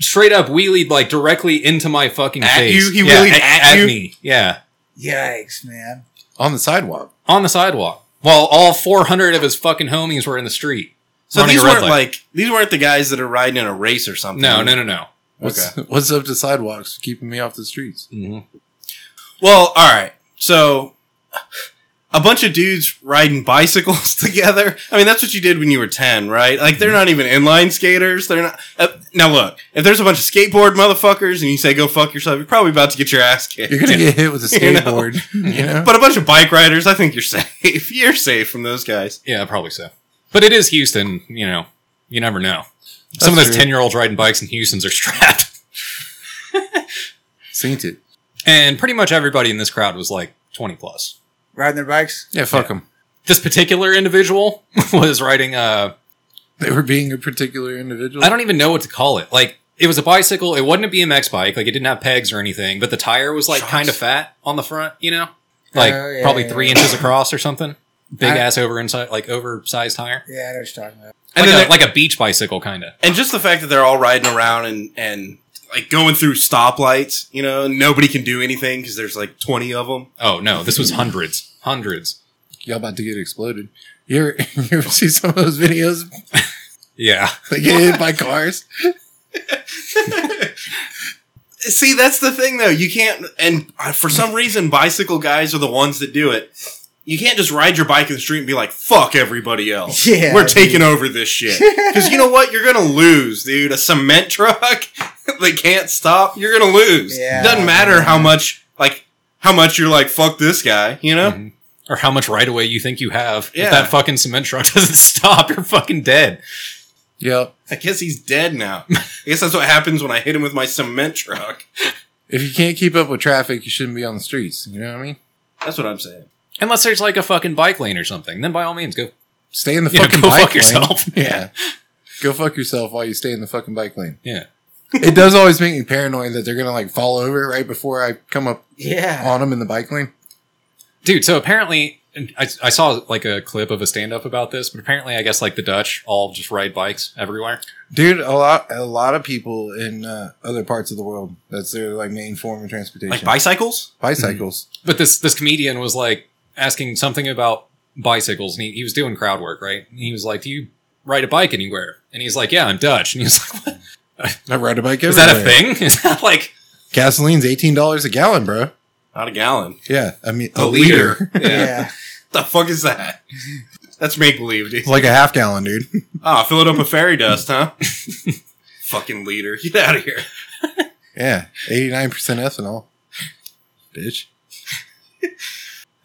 straight up wheelied like directly into my fucking At face. you? He wheelied at you? me. Yeah. Yikes, man. On the sidewalk. On the sidewalk. While all 400 of his fucking homies were in the street. So running these a red weren't light. like these weren't the guys that are riding in a race or something. No, no, no, no. What's, what's up to sidewalks keeping me off the streets? Mm-hmm. Well, all right. So a bunch of dudes riding bicycles together. I mean, that's what you did when you were 10, right? Like they're not even inline skaters. They're not uh, Now look, if there's a bunch of skateboard motherfuckers and you say go fuck yourself, you're probably about to get your ass kicked. You're gonna get hit with a You know. skateboard. You know, But a bunch of bike riders, I think you're safe. You're safe from those guys. Yeah, probably so. But it is Houston, you know. You never know. Some of That's those true. 10 year olds riding bikes in Houston's are strapped. Saint it. And pretty much everybody in this crowd was like 20 plus. Riding their bikes? Yeah, fuck them. This particular individual was riding uh, a They were being a particular individual. I don't even know what to call it. Like it was a bicycle. It wasn't a BMX bike. Like it didn't have pegs or anything. But the tire was like Shocks. kind of fat on the front. You know, like Oh, yeah, probably yeah, three inches across or something. Big I- ass over inside, like oversized tire. Yeah, I know what you're talking about. And like, then a, there- like a beach bicycle kind of. And just the fact that they're all riding around and and like going through stoplights, you know, and nobody can do anything because there's like 20 of them. Oh no, this was hundreds, hundreds. Y'all about to get exploded. You ever, you ever see some of those videos? Yeah, They get hit by cars. See, that's the thing though. You can't, and uh, for some reason, bicycle guys are the ones that do it. You can't just ride your bike in the street and be like, "Fuck everybody else." Yeah, we're dude. taking over this shit. Because you know what? You're gonna lose, dude. A cement truck that can't stop. You're gonna lose. Yeah. Doesn't matter how much, like, how much you're like, "Fuck this guy," you Mm-hmm. know. Mhm. or how much right away you think you have? Yeah. If that fucking cement truck doesn't stop, you're fucking dead. Yep. I guess he's dead now. I guess that's what happens when I hit him with my cement truck. If you can't keep up with traffic, you shouldn't be on the streets. You know what I mean? That's what I'm saying. Unless there's like a fucking bike lane or something, then by all means go. Stay in the Yeah, fucking go bike fuck lane. yourself. Yeah. go fuck yourself while you stay in the fucking bike lane. Yeah. It does always make me paranoid that they're gonna like fall over right before I come up Yeah. on them in the bike lane. dude so apparently and I, I saw like a clip of a stand-up about this but apparently i guess like the dutch all just ride bikes everywhere Dude, a lot a lot of people in uh, other parts of the world that's their like main form of transportation. Like bicycles? bicycles. but this this comedian was like asking something about bicycles and he, he was doing crowd work right and he was like do you ride a bike anywhere and he's like yeah i'm dutch and he was like what? I ride a bike. is that a everywhere. thing is that like Gasoline's eighteen dollars a gallon, bro. Not a gallon. Yeah, I mean A liter. yeah. Yeah. the fuck is that? That's make believe, dude. It's like a half gallon, dude. Ah, fill it up with fairy dust, huh? Fucking leader. Get out of here. Yeah, eighty nine percent ethanol. Bitch.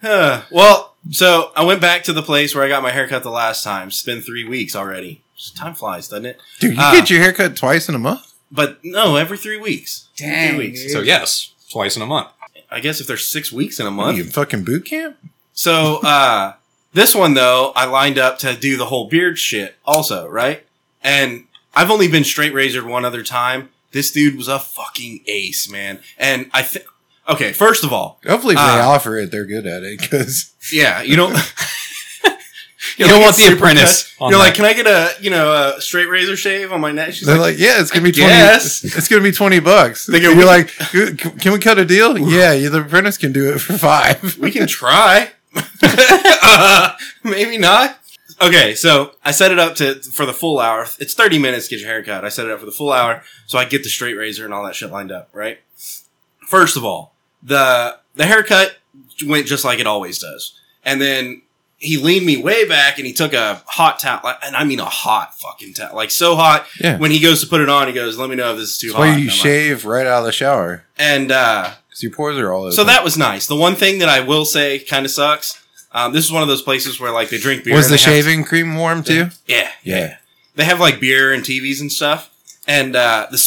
Huh. well, so I went back to the place where I got my haircut the last time. It's been three weeks already. Time flies, doesn't it? Dude, you Ah. get your haircut twice in a month? But no, every three weeks. Dang. weeks. dude. so yes twice in a month I guess if there's six weeks in a What month. are you in fucking boot camp? So uh this one though, I lined up to do the whole beard shit also, right? And I've only been straight razored one other time. This dude was a fucking ace, man. And I think okay, first of all, Hopefully, if they Ah. offer it, they're good at it because yeah, you don't you You're don't like want a the apprentice You're like, can I get a you know a straight razor shave on my neck? She's they're like, like, "Yeah, it's gonna be twenty. guess. It's gonna be twenty bucks." They They go, go, "We- "You're like, "Can- can we cut a deal?" yeah, you, the apprentice can do it for five. we can try. Uh, maybe not. Okay, so I set it up to for the full hour. It's thirty minutes to get your haircut. I set it up for the full hour, so I get the straight razor and all that shit lined up. Right. First of all, the the haircut went just like it always does, and then he leaned me way back and he took a hot towel, like- and I mean a hot fucking towel, like so hot. Yeah. When he goes to put it on, he goes, "Let me know if this is too That's hot." why And you I'm like- shave right out of the shower and uh, because your pores are all open. so that was nice. The one thing that I will say kind of sucks. Um, this is one of those places where like they drink beer. was and the they have- shaving cream warm too? yeah, they have like beer and TVs and stuff. And uh, the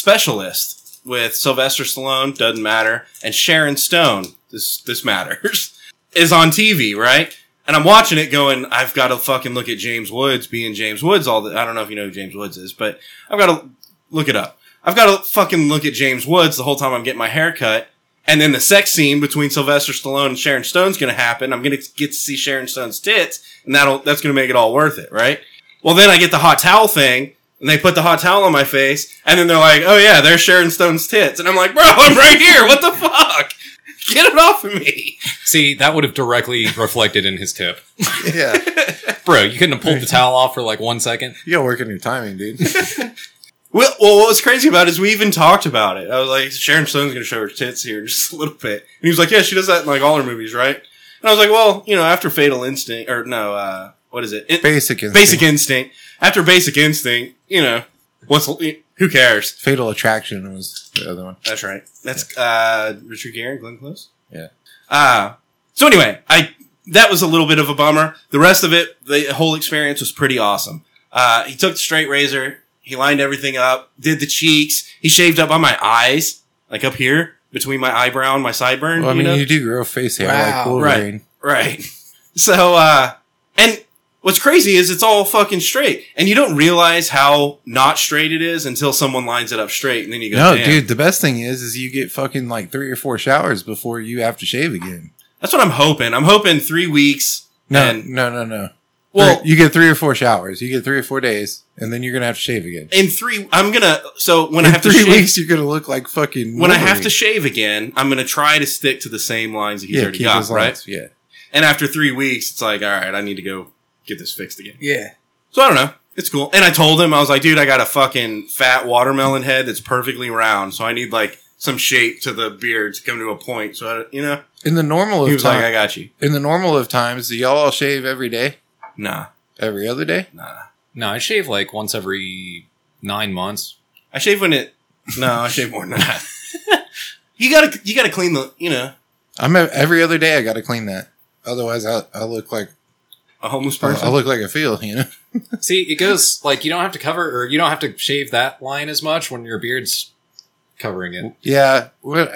specialist with Sylvester Stallone doesn't matter, and Sharon Stone this this matters is on TV, right? And I'm watching it, going, I've got to fucking look at James Woods being James Woods. All the I don't know if you know who James Woods is, but I've got to look it up. I've got to fucking look at James Woods the whole time I'm getting my hair cut. And then the sex scene between Sylvester Stallone and Sharon Stone's going to happen. I'm going to get to see Sharon Stone's tits, and that'll that's going to make it all worth it, right? Well, then I get the hot towel thing, and they put the hot towel on my face, and then they're like, "Oh yeah, there's Sharon Stone's tits," and I'm like, "Bro, I'm right here. What the fuck? Get it off of me!" See, that would have directly reflected in his tip. Yeah, yeah. Bro, you couldn't have pulled the towel off for like one second. You gotta work on your timing, dude. Well, well, what was crazy about it is we even talked about it. I was like, Sharon Stone's going to show her tits here in just a little bit. And he was like, yeah, she does that in like all her movies, right? And I was like, well, you know, after Fatal Instinct, or no, uh, what is it? it Basic instinct. Basic Instinct. After Basic Instinct, you know, what's, who cares? Fatal Attraction was the other one. That's right. That's, uh, Richard Gere and Glenn Close. Yeah. Uh, so anyway, I, that was a little bit of a bummer. The rest of it, the whole experience was pretty awesome. Uh, he took the straight razor. He lined everything up, did the cheeks. He shaved up on my eyes, like up here between my eyebrow and my sideburn. Well, I you mean, know? you do grow face hair like Wow. Wolverine. right. So, uh, and what's crazy is it's all fucking straight. And you don't realize how not straight it is until someone lines it up straight. And then you go, No, "Damn." dude, the best thing is, is you get fucking like three or four showers before you have to shave again. That's what I'm hoping. I'm hoping three weeks. No, And- no, no, no. Well, Three- you get three or four showers. You get three or four days, and then you're gonna have to shave again. in three, I'm gonna, so when I In have to three shave, weeks, you're gonna look like fucking. when I have Wolverine. to shave again, I'm gonna try to stick to the same lines that he's yeah, already keep got, those right? lines. Yeah, And after three weeks, it's like, all right, I need to go get this fixed again. Yeah. So I don't know. It's cool. And I told him, I was like, dude, I got a fucking fat watermelon head that's perfectly round. So I need like some shape to the beard to come to a point. So, I, you know, in the normal he of was like, I time, got you. in the normal of times, do y'all all shave every day, Nah, every other day? nah. No, I shave like once every nine months. I shave when it, no, I shave more than that. you gotta, you gotta clean the, you know, I'm a, every other day. I gotta clean that. Otherwise, I I look like a homeless person. Uh, I look like I feel. You know, See, it goes like you don't have to cover or you don't have to shave that line as much when your beard's covering it. yeah, what,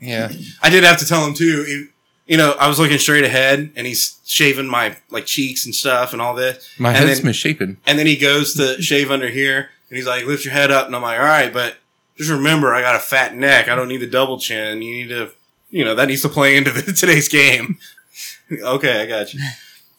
yeah. I did have to tell him too. he- you know, I was looking straight ahead and he's shaving my like cheeks and stuff and all this. My And head's then- misshapen. And then he goes to shave under here and he's like, lift your head up. And I'm like, all right, but just remember, I got a fat neck. I don't need the double chin. You need to, you know, that needs to play into the, today's game. okay, I got you.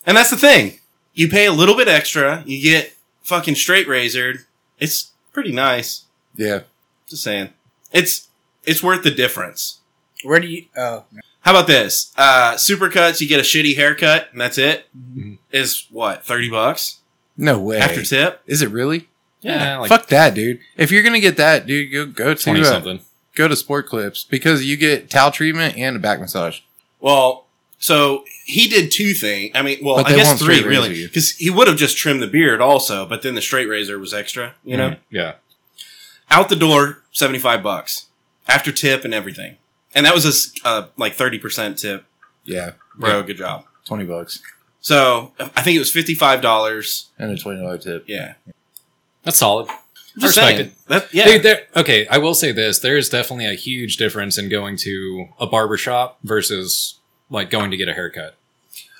And that's the thing. You pay a little bit extra. You get fucking straight razored. It's pretty nice. Yeah, Just saying. It's, it's worth the difference. Where do you? Oh, How about this? Uh, supercuts, you get a shitty haircut, and that's it. Mm-hmm. Is what thirty bucks no way. after tip? Is it really? Yeah, like Fuck that, dude. If you're gonna get that, dude, go go twenty to uh, something. go to Sport Clips because you get towel treatment and a back massage. Well, so he did two things. I mean, well, But I they guess won't three straight razor really, you. because he would have just trimmed the beard also, but then the straight razor was extra. You Mm-hmm. know, Mhm. Yeah. out the door seventy five bucks after tip and everything, and that was a s- uh, like thirty percent tip, Yeah, bro. Good job. twenty bucks So I think it was fifty five dollars. and a twenty dollar tip. Yeah, That's solid. Just Respected. saying. That, yeah, Dude, there, okay, I will say this. There is definitely a huge difference in going to a barbershop versus like going to get a haircut.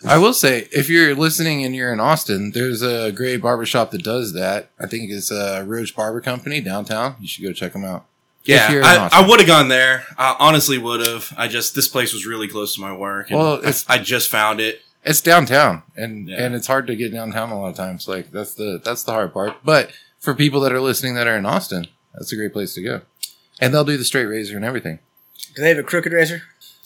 I will say, if you're listening and you're in Austin, there's a great barbershop that does that. I think it's uh, Roach Barber Company downtown. You should go check them out. Yeah, if you're in I, Austin. I would have gone there. I honestly would have. I just this place was really close to my work. And Well, I, it's- I just found it. It's downtown, and Yeah. and it's hard to get downtown a lot of times. Like that's the that's the hard part. But for people that are listening that are in Austin, that's a great place to go. And they'll do the straight razor and everything. do they have a crooked razor?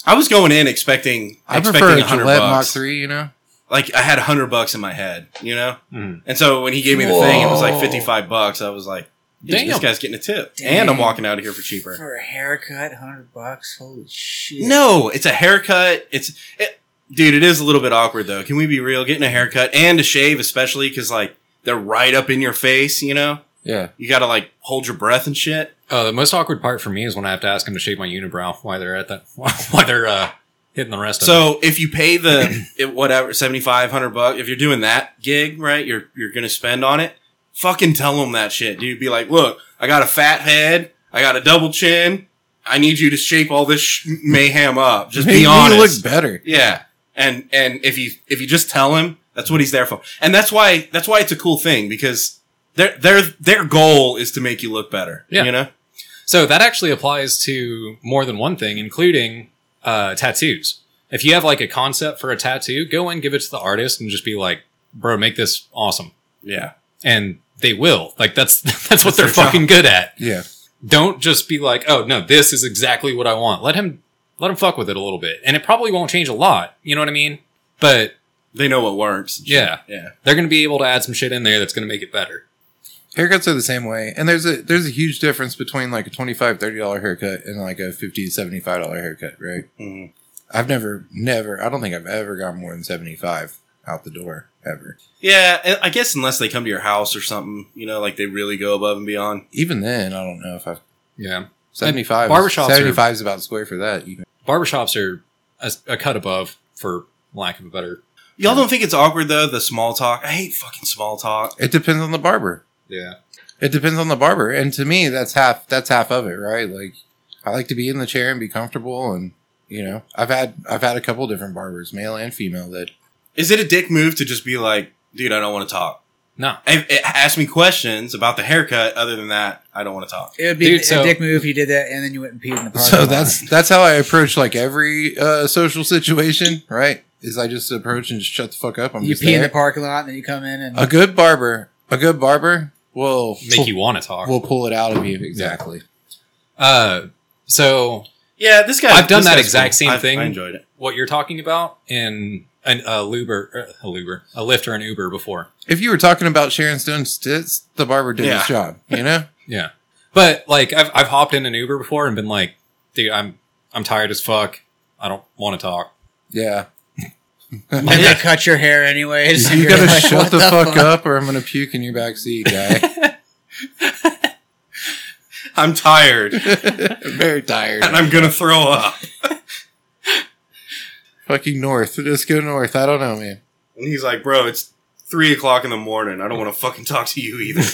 I was going in expecting I expecting prefer a 100 Gillette Mach bucks. Three. You know, Like I had hundred bucks in my head, you know. Mhm. And so when he gave me the thing, it was like Whoa. fifty five bucks. I was like, dude, Damn. this guy's getting a tip, Damn. and I'm walking out of here for cheaper. For a haircut, hundred bucks. Holy shit! No, it's a haircut. It's it, Dude, it is a little bit awkward though. Can we be real? Getting a haircut and a shave, especially because like they're right up in your face. You know, Yeah. you got to like hold your breath and shit. Uh, the most awkward part for me is when I have to ask them to shave my unibrow while they're at that, while they're uh, hitting the rest of it. So if you pay the it, whatever seventy five hundred bucks, if you're doing that gig, right, you're you're gonna spend on it. Fucking tell them that shit, dude. Be like, look, I got a fat head, I got a double chin. I need you to shape all this sh- mayhem up. Just be Make me honest. look better. Yeah, and and if you if you just tell him, that's what he's there for, and that's why that's why it's a cool thing because their their their goal is to make you look better. Yeah. you know. So that actually applies to more than one thing, including uh, tattoos. If you have like a concept for a tattoo, go and give it to the artist and just be like, "Bro, make this awesome," Yeah, and they will. Like that's that's what That's they're their job. fucking good at. Yeah. Don't just be like, "Oh no, this is exactly what I want." Let him let him fuck with it a little bit, and it probably won't change a lot. You know what I mean? But they know what works. and shit. yeah, yeah. they're gonna be able to add some shit in there that's gonna make it better. Haircuts are the same way. And there's a there's a huge difference between like a 25 $30 dollar haircut and like a 50 $75 dollar haircut, right? Mhm. I've never never I don't think I've ever gone more than 75 out the door ever. Yeah, and I guess unless they come to your house or something, you know, like they really go above and beyond. Even then, I don't know if I've Yeah, 75 barbershops are- 75 is about square for that even. barbershops are a, a cut above, for lack of a better. Y'all don't think it's awkward though, the small talk? I hate fucking small talk. It depends on the barber. Yeah. It depends on the barber, and to me, that's half. That's half of it, right? Like, I like to be in the chair and be comfortable, and you know, I've had I've had a couple different barbers, male and female, that Is it a dick move to just be like, dude, I don't want to talk? No. I, I- ask me questions about the haircut. Other than that, I don't want to talk. It would be Dude, a so- dick move if you did that and then you went and peed in the park. so that's that's how I approach like every uh, social situation, right? Is I just approach and just shut the fuck up. I'm you just pee in the there. parking lot and then you come in and A good barber, a good barber will Make you want to talk. will pull it out of you exactly. Uh, so Yeah, this guy. I've done this that guy's exact same I- thing. I enjoyed it. what you're talking about in an a Uber, uh, a Uber, a Lyft or an Uber before, If you were talking about Sharon Stone's tits, the barber did Yeah. his job, you know. yeah. But like I've I've hopped in an Uber before and been like, dude, I'm I'm tired as fuck. I don't want to talk. Yeah, and they cut your hair anyways. and you you're gotta like, shut "What the, fuck, fuck?" up, or I'm gonna puke in your back seat, guy. I'm tired and I'm very tired. I'm gonna throw up. Fucking north. Just go north. I don't know, man. And he's like, bro, it's three o'clock in the morning. I don't want to fucking talk to you either.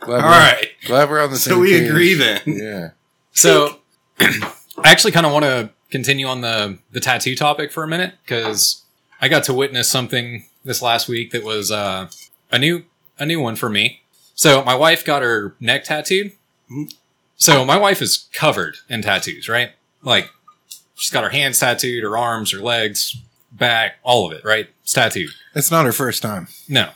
Glad All we're, right, Glad we're on the same so we page. agree then. Yeah. So I actually kind of want to continue on the the tattoo topic for a minute because I got to witness something this last week that was uh, a new a new one for me. So my wife got her neck tattooed. Mhm. So my wife is covered in tattoos, right? Like she's got her hands tattooed, her arms, her legs, back, all of it, right? It's tattooed. It's not her first time. No,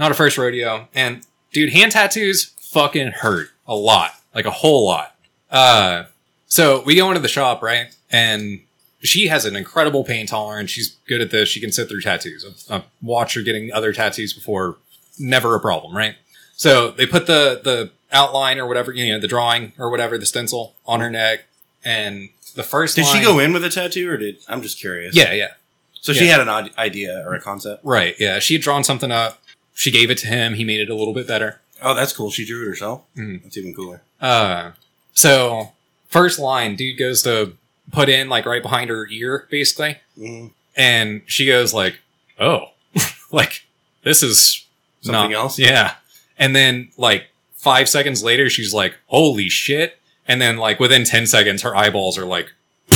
not a first rodeo. And dude, hand tattoos fucking hurt a lot, like a whole lot. Uh, so we go into the shop, right? And she has an incredible pain tolerance. She's good at this. She can sit through tattoos. I've, I've watched her getting other tattoos before. Never a problem, right? So they put the the outline or whatever, you know, the drawing or whatever, the stencil on her neck, and the first Did she line- go in with a tattoo or did I'm just curious? Yeah, yeah. So she yeah. had an od- idea or a concept. Right. Yeah. She had drawn something up. She gave it to him. He made it a little bit better. Oh, that's cool. She drew it herself. Mhm. That's even cooler. Uh, so first line, dude goes to put in like right behind her ear, basically, Mhm. and she goes like, "Oh, like this is Something not- else. Yeah, and then like five seconds later, she's like, "Holy shit!" And then like within ten seconds, her eyeballs are like,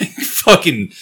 like fucking,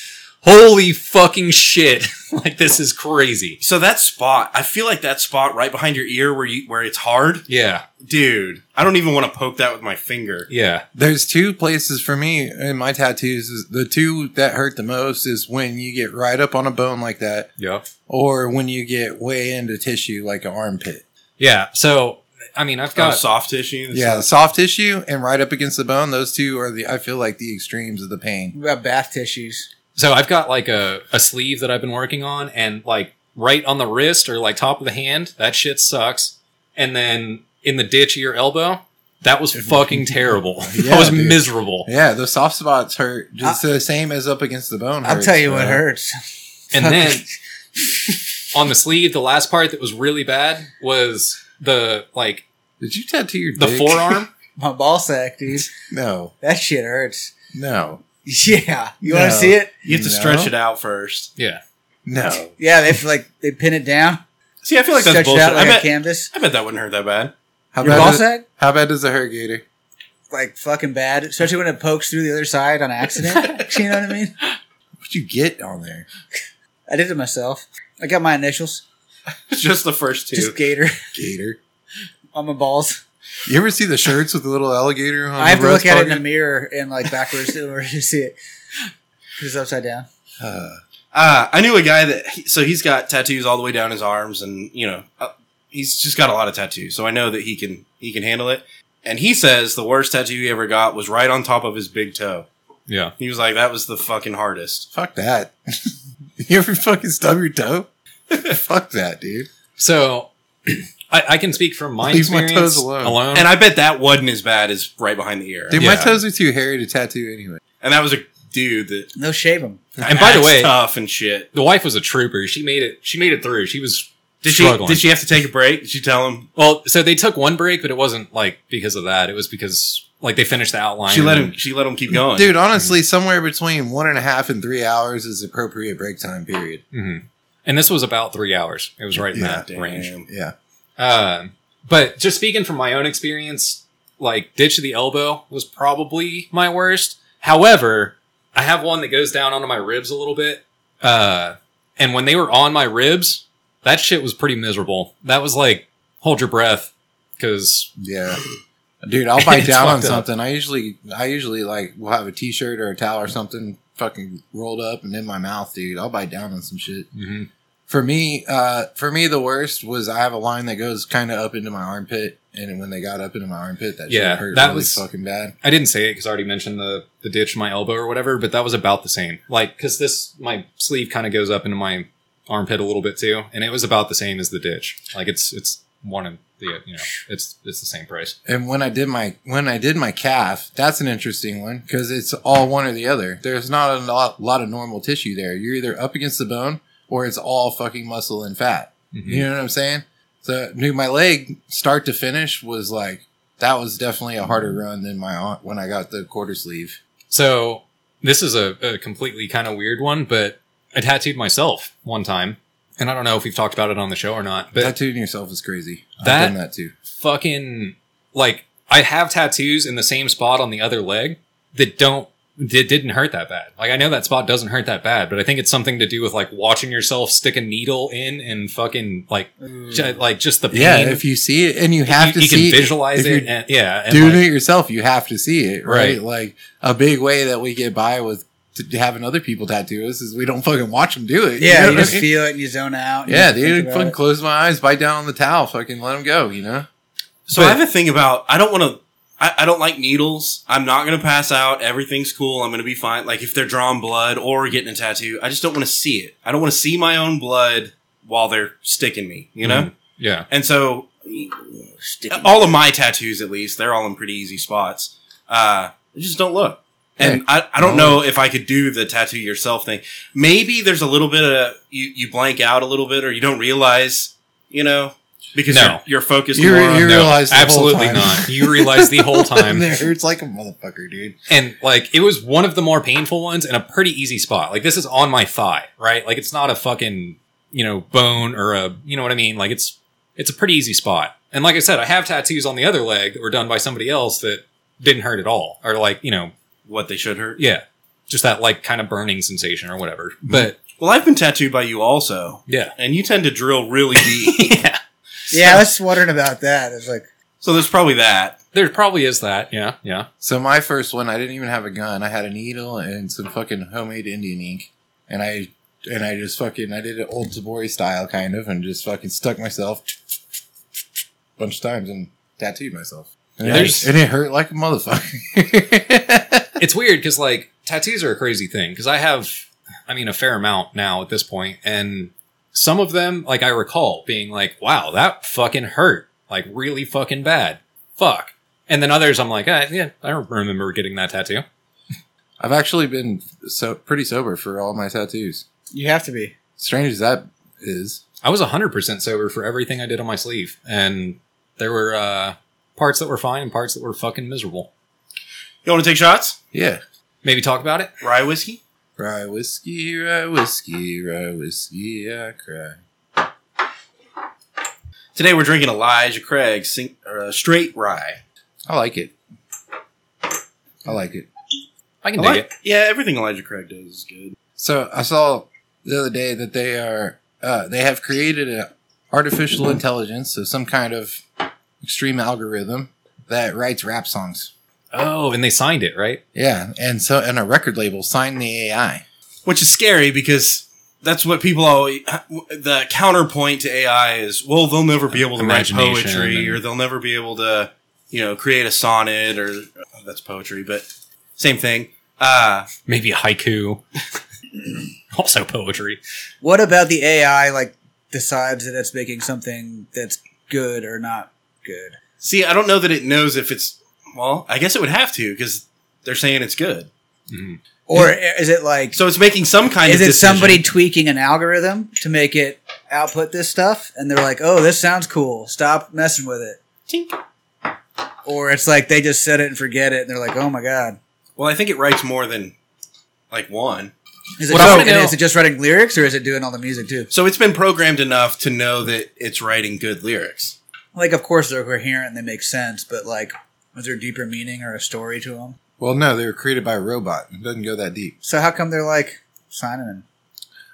holy fucking shit! like this is crazy. So that spot, I feel like that spot right behind your ear where you where it's hard, Yeah, dude. I don't even want to poke that with my finger. yeah, There's two places for me in my tattoos. Is the two that hurt the most is when you get right up on a bone like that, yeah. or when you get way into tissue like an armpit. Yeah. So I mean, I've Got got soft tissue. and Yeah, stuff. soft tissue and right up against the bone. Those two are the I feel like the extremes of the pain. What about bath tissues? So I've got like a, a sleeve that I've been working on and like right on the wrist or like top of the hand, that shit sucks. And then in the ditch of your elbow, That was fucking terrible. Yeah, that was dude. miserable. Yeah, the soft spots hurt just the same as up against the bone. I'll hurts, tell you what bro. hurts. And then on the sleeve, the last part that was really bad was the like Did you tattoo your the dick? forearm. my ball sack, dude. No, That shit hurts. no, Yeah, you want No. to see it? You have to No. stretch it out first. Yeah. no. Yeah, they have to, like they pin it down, See, I feel like that's stretch it bullshit. out like I, a bet, canvas. I bet that wouldn't hurt that bad. How Your ball bad? Does, sack, how bad does it hurt, Gator? like fucking bad, especially when it pokes through the other side on accident. you know what I mean? What'd you get on there? I did it myself. I got my initials, Just the first two. just Gator Gator. on my balls. You ever see the shirts with the little alligator on? I have the to look breast at it in a pocket? mirror and like backwards in order to see it. 'Cause It's upside down. Uh, Uh, I knew a guy that he, so he's got tattoos all the way down his arms, and you know uh, he's just got a lot of tattoos. So I know that he can he can handle it. And he says the worst tattoo he ever got was right on top of his big toe. Yeah. He was like, "That was the fucking hardest." fuck that. you ever fucking stub your toe? fuck that, dude. So I, I can speak from my Leave my experience toes alone. alone. And I bet that wasn't as bad as right behind the ear. Dude, my Yeah. toes are too hairy to tattoo anyway. And that was a dude that No shave them. And by the acts way- tough and shit. the wife was a trooper. She made it. She made it through. She was Did she struggling. did she have to take a break? Did she tell him? well, so they took one break, but it wasn't like because of that. It was because like they finished the outline. She let and- him. She let him keep going, Dude, honestly, somewhere between one and a half and three hours is appropriate break time period. Mhm. And this was about three hours. It was right in Yeah, that Damn. range. Yeah. Um, but just speaking from my own experience, like ditch the elbow was probably my worst. However, I have one that goes down onto my ribs a little bit. Uh, and when they were on my ribs, that shit was pretty miserable. That was like hold your breath because Yeah. Dude, I'll bite It's down on fucked up. something. I usually I usually like will have a t shirt or a towel or something fucking rolled up and in my mouth, dude. I'll bite down on some shit. mm-hmm. For me, uh for me the worst was I have a line that goes kinda up into my armpit and when they got up into my armpit that Yeah, shit hurt that really was- fucking bad. I didn't say it because I already mentioned the the ditch in my elbow or whatever, but that was about the same. Like because this my sleeve kind of goes up into my armpit a little bit too, and it was about the same as the ditch. Like it's it's one and the you know it's it's the same price. And when I did my when I did my calf, that's an interesting one because it's all one or the other. There's not a lot, lot of normal tissue there. You're either up against the bone or it's all fucking muscle and fat. Mm-hmm. You know what I'm saying? So, dude, my leg start to finish was like that was definitely a harder run than my aunt when I got the quarter sleeve. So this is a, a completely kind of weird one, but I tattooed myself one time, and I don't know if we've talked about it on the show or not, but Tattooing yourself is crazy. That- I've done that too. fucking like I have tattoos in the same spot on the other leg that don't that didn't hurt that bad. Like I know that spot doesn't hurt that bad, but I think it's something to do with like watching yourself stick a needle in and fucking like ju- like just the pain. Hmm. Yeah, if you see it and you have to you see can visualize if you're it. And, yeah, and doing like- it yourself, you have to see it, right? Right. Like a big way that we get by with t- having other people tattoo us is we don't fucking watch them do it. Yeah, know you what I just mean? feel it and you zone out. and yeah, you think dude. about Fucking it. close my eyes, bite down on the towel, fucking let them go. You know, So I have a thing about I don't want to. I, I don't like needles. I'm not going to pass out. Everything's cool. I'm going to be fine. Like if they're drawing blood or getting a tattoo, I just don't want to see it. I don't want to see my own blood while they're sticking me. You know. Mm-hmm. yeah, And so Sticky. all of my tattoos, at least, they're all in pretty easy spots. Uh, they just don't look. And I, I don't know if I could do the tattoo yourself thing. Maybe there's a little bit of you, you blank out a little bit or you don't realize, you know, because No. you're, you're focused You're- more on you're- No, realize the whole absolutely time. not. You realize the whole time. it hurts like a motherfucker, dude. and like it was one of the more painful ones and a pretty easy spot like this is on my thigh right like it's not a fucking you know bone or a you know what i mean like it's it's a pretty easy spot and like i said i have tattoos on the other leg that were done by somebody else that didn't hurt at all or like you know what they should hurt. yeah just that like kind of burning sensation or whatever but Well, I've been tattooed by you also, yeah and you tend to drill really deep. yeah Yeah, I was wondering about that. It's like so there's probably that. there probably is that yeah yeah So my first one, I didn't even have a gun. I had a needle and some fucking homemade Indian ink, and I and I just fucking I did it old Tabori style kind of, and just fucking stuck myself a bunch of times and tattooed myself. And, it- There's- and it hurt like a motherfucker. it's weird because like tattoos are a crazy thing because I have, I mean, a fair amount now at this point, and some of them, like I recall being like, "Wow, that fucking hurt, like really fucking bad, fuck." And then others, I'm like, ah, yeah, I remember getting that tattoo. I've actually been so pretty sober for all my tattoos. You have to be. Strange as that is. I was 100% sober for everything I did on my sleeve. And there were uh, parts that were fine and parts that were fucking miserable. You want to take shots? Yeah. Maybe talk about it? Rye whiskey? Rye whiskey, rye whiskey, rye whiskey, I cry. Today we're drinking Elijah Craig sing, uh, straight rye. I like it. I like it. I can Oh, I dig like- it. Yeah, everything Elijah Craig does is good. So I saw the other day that they are uh, they have created an artificial intelligence, so some kind of extreme algorithm that writes rap songs. Oh, and they signed it, right? Yeah, and so and a record label signed the AI. Which is scary because that's what people always. The counterpoint to AI is, well, they'll never be able to write Imagination poetry and- or they'll never be able to, you know, create a sonnet or that's poetry, but same thing. Uh, Maybe a haiku. also poetry. What about the AI like decides that it's making something that's good or not good? see, I don't know that it knows if it's. Well, I guess it would have to because they're saying it's good. Mhm. Or is it like So it's making some kind is of it decision. somebody tweaking an algorithm to make it output this stuff and they're like, "Oh, this sounds cool. Stop messing with it." Tink. Or it's like they just said it and forget it and they're like, "Oh my god." Well, I think it writes more than like one. Is it, What I wanna and know- is it just writing lyrics or is it doing all the music too? So it's been programmed enough to know that it's writing good lyrics. Like of course they're coherent and they make sense, but like was there deeper meaning or a story to them? Well, no, they were created by a robot. It doesn't go that deep. So how come they're like signing them?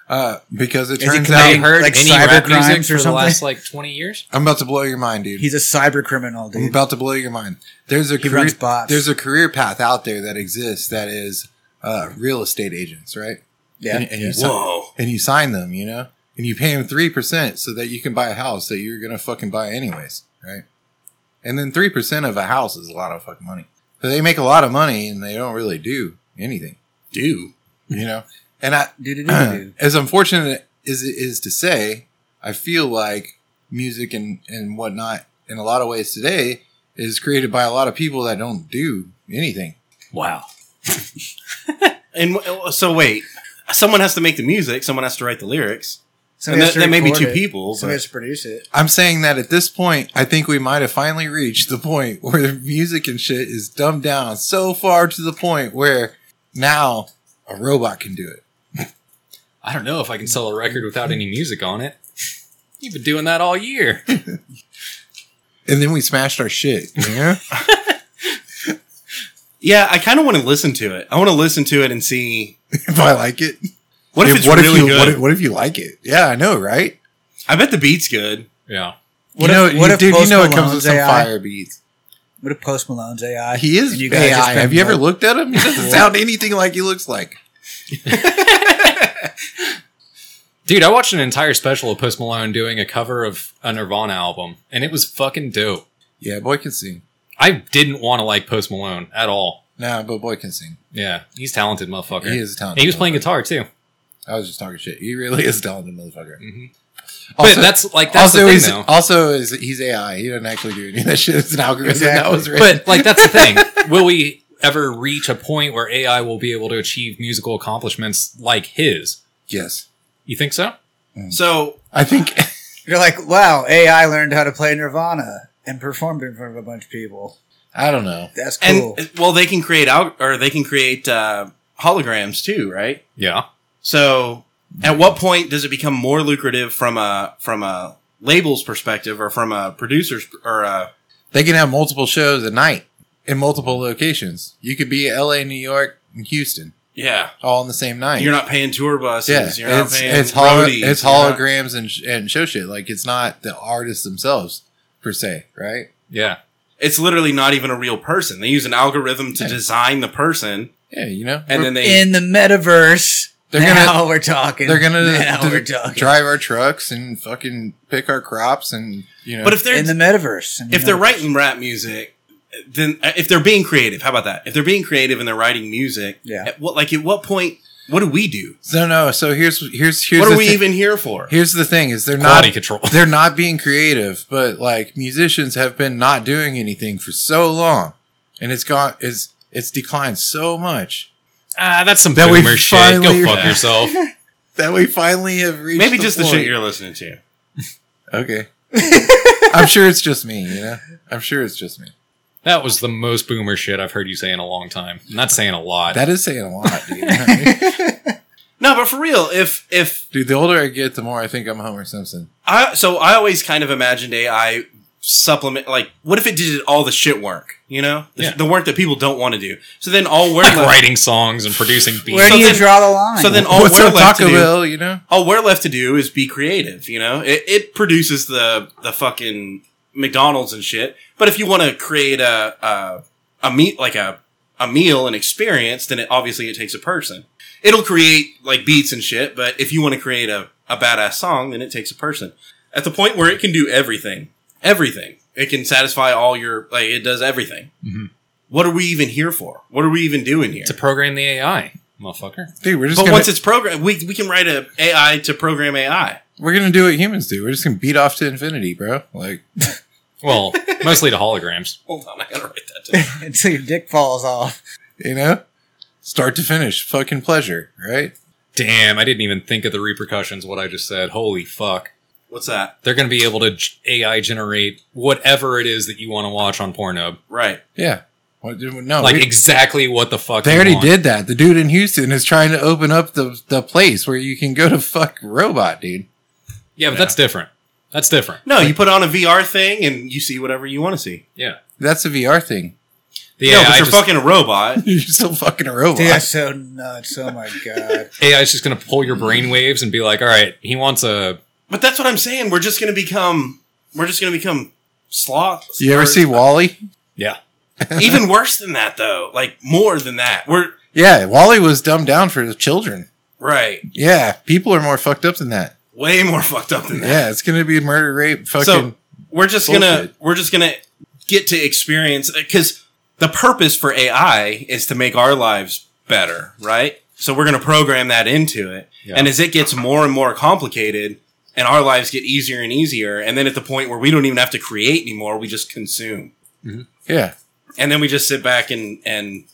Uh, because it Is it turns Have out you heard Like any cyber rap music crimes for or for the the something? last last, like 20 years? I'm about to blow your mind, dude. He's a cyber criminal, I'm dude. about to blow your mind. There's a He career, runs bots. there's a career path out there that exists that is uh, real estate agents, right? yeah. And, and you sign, Whoa. and you sign them, you know, and you pay them three percent so that you can buy a house that you're gonna fucking buy anyways, right? And then three percent of a house is a lot of fucking money. So they make a lot of money and they don't really do anything, Do. you know. And I, Doo-doo-doo-doo. as unfortunate as it is to say, I feel like music and, and whatnot in a lot of ways today is created by a lot of people that don't do anything. Wow. And w- so wait, someone has to make the music. Someone has to write the lyrics. Somebody and has that, to that may be record two it. people. Somebody But has to produce it. I'm saying that at this point, I think we might have finally reached the point where the music and shit is dumbed down so far to the point where now a robot can do it. I don't know if I can sell a record without any music on it. You've been doing that all year. And then we smashed our shit. Yeah. yeah, I kind of want to listen to it. I want to listen to it and see if I like it. what if it's really you, good. What if, what if you like it? Yeah, I know, right? I bet the beat's good. Yeah. you What know, if- you- what if dude, you Post know it comes with Malone's some AI? fire beats. What if Post Malone's AI? Uh, He is And you guys AI. just Have you ever been looked at him? He doesn't Yeah. sound anything like he looks like. Dude, I watched an entire special of Post Malone doing a cover of a Nirvana album, and it was fucking dope. Yeah, boy can sing. I didn't want to like Post Malone at all. Nah, but boy can sing. Yeah, he's talented, motherfucker. He is a talented. and he was playing motherfucker. guitar too. I was just talking shit. He really is a talented motherfucker. Mhm. Also, but that's like that's also the thing he's though. also is he's AI. He doesn't actually do any of that shit. It's an algorithm that Exactly. was written. But like that's the thing. Will we ever reach a point where AI will be able to achieve musical accomplishments like his? yes, You think so? So I think You're like, wow, AI learned how to play Nirvana and performed in front of a bunch of people. I don't know. That's and cool. well, they can create out or they can create uh, holograms too, right? Yeah. So, at what point does it become more lucrative from a from a label's perspective or from a producer's or a They can have multiple shows a night in multiple locations. You could be L.A., New York, and Houston yeah? all on the same night. You're not paying tour buses. yeah, You're not it's paying it's, holo- roadies, it's you're not- holograms and sh- and show shit. Like it's not the artists themselves per se, right? Yeah. It's literally not even a real person. They use an algorithm to Yeah. design the person, Yeah, you know, and then they in the metaverse, They're now gonna- we're talking. They're gonna now d- we're talking. drive our trucks and fucking pick our crops and you know. But if they're in the metaverse. in the if they're metaverse. writing rap music, uh, then if they're being creative, how about that? If they're being creative and they're writing music, Yeah. at what like at what point What do we do? No, no. So here's here's here's what the are we thi- even here for? here's the thing is they're Quality not control. they're not being creative, but like musicians have been not doing anything for so long, and it's gone it's it's declined so much Ah, that's some That we boomer shit. Go finally- fuck yourself. that we finally have reached Maybe just the point- shit you're listening to. okay. I'm sure it's just me, you know. I'm sure it's just me. That was the most boomer shit I've heard you say in a long time. Not saying a lot. That is saying a lot, dude. No, but for real, if if dude, the older I get, the more I think I'm Homer Simpson. I so I always kind of imagined AI supplement like what if it did all the shit work, you know, the, Yeah. the work that people don't want to do. So then all we're like left, writing songs and producing beats. Where So do you then- draw the line? So then all What's we're up, left Taco to do, Bell? You know, all we're left to do is be creative. You know, it, it produces the the fucking McDonald's and shit. But if you want to create a a, a meat like a a meal and experience, then it obviously it takes a person. It'll create like beats and shit. But if you want to create a a badass song, then it takes a person. At the point where it can do everything, everything, it can satisfy all your like it does everything. Mhm. What are we even here for? What are we even doing here? to program the AI, motherfucker. dude, we're just but gonna, once it's programmed, we, we can write a AI to program AI. we're gonna do what humans do. We're just gonna beat off to infinity, bro. Like, Well, mostly to holograms. Hold on, I gotta write that down. until your dick falls off. you know, start to finish, fucking pleasure, right? Damn, I didn't even think of the repercussions what I just said. Holy fuck. What's that? They're going to be able to g- AI generate whatever it is that you want to watch on Pornhub. Right. Yeah. What, no, like Oh, we- exactly what the fuck they you already want. did that. The dude in Houston is trying to open up the the place where you can go to fuck robot, dude. Yeah, but Yeah. that's different. That's different. No, you put on a VR thing and you see whatever you want to see. Yeah. That's a VR thing. The no, AI, but you're just, fucking a robot. You're still fucking a robot. Dude, that's so nuts. Oh my god. AI is just going to pull your brain waves and be like, all right, he wants a. But that's what I'm saying. We're just gonna become. We're just gonna become sloths. You ever Or- see Wally? Yeah. Even worse than that, though. Like more than that. We're Yeah, Wally was dumbed down for the children. right. Yeah, people are more fucked up than that. Way more fucked up than that. Yeah, it's gonna be murder, rape, fucking. So- We're just gonna. Bullshit. We're just gonna get to experience because the purpose for AI is to make our lives better, right? So we're gonna program that into it. Yeah. And as it gets more and more complicated, and our lives get easier and easier, and then at the point where we don't even have to create anymore, we just consume, yeah, and then we just sit back and and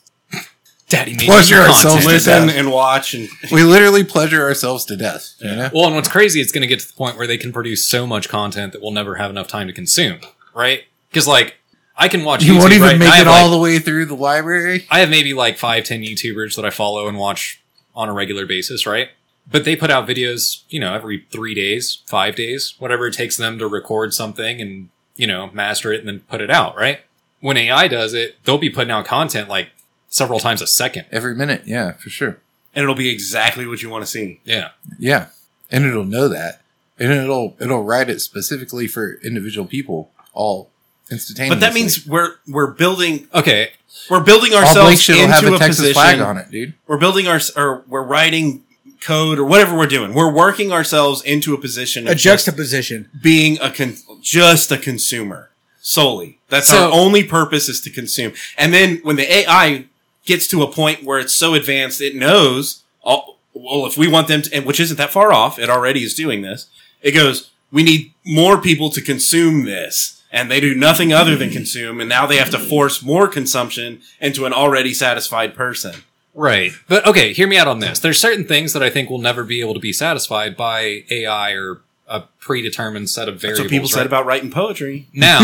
Daddy made me Pleasure content. ourselves with listen death. and watch and we literally pleasure ourselves to death. You know, Well, and what's crazy, it's going to get to the point where they can produce so much content that we'll never have enough time to consume, right? Because like I can watch. you YouTube, won't even right? And I make it have, all Like, the way through the library. I have maybe like five, ten YouTubers that I follow and watch on a regular basis, right? But they put out videos, you know, every three days, five days, whatever it takes them to record something and you know master it and then put it out, right? When AI does it, they'll be putting out content like several times a second. Every minute, yeah, for sure. and it'll be exactly what you want to see. Yeah, Yeah, and it'll know that, and it'll it'll write it specifically for individual people, all instantaneously. But that means we're we're building okay, we're building all Blake ourselves shit into will have a, a, Texas position. flag on it, dude. We're building our or we're writing code or whatever we're doing. We're working ourselves into a position A of just juxtaposition. being a con- just a consumer solely. That's So- our only purpose is to consume. And then when the AI gets to a point where it's so advanced, it knows all, well if we want them to, and which isn't that far off. It already is doing this. It goes, we need more people to consume this. And they do nothing other than consume, and now they have to force more consumption into an already satisfied person. Right. But okay, hear me out on this. There's certain things that I think will never be able to be satisfied by AI or a predetermined set of That's variables. what people right? said about writing poetry. now.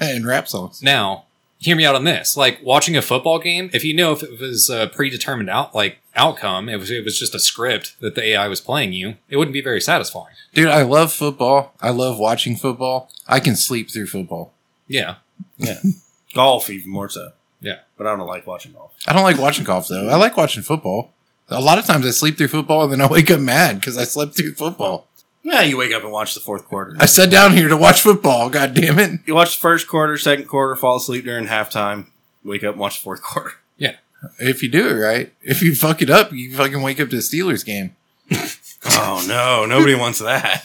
and rap songs. now, hear me out on this. Like watching a football game, if you know if it was a predetermined out like outcome, if it was just a script that the AI was playing you, it wouldn't be very satisfying. Dude, I love football. I love watching football. I can sleep through football. Yeah. Golf, even more so. Yeah. But I don't like watching golf. I don't like watching golf though. I like watching football. A lot of times I sleep through football and then I wake up mad because I slept through football. Yeah, you wake up and watch the fourth quarter. I sat down here to watch football. God damn it! You watch the first quarter, second quarter, fall asleep during halftime, wake up and watch the fourth quarter. If you do it right, if you fuck it up, you fucking wake up to the Steelers game. Oh no, nobody wants that.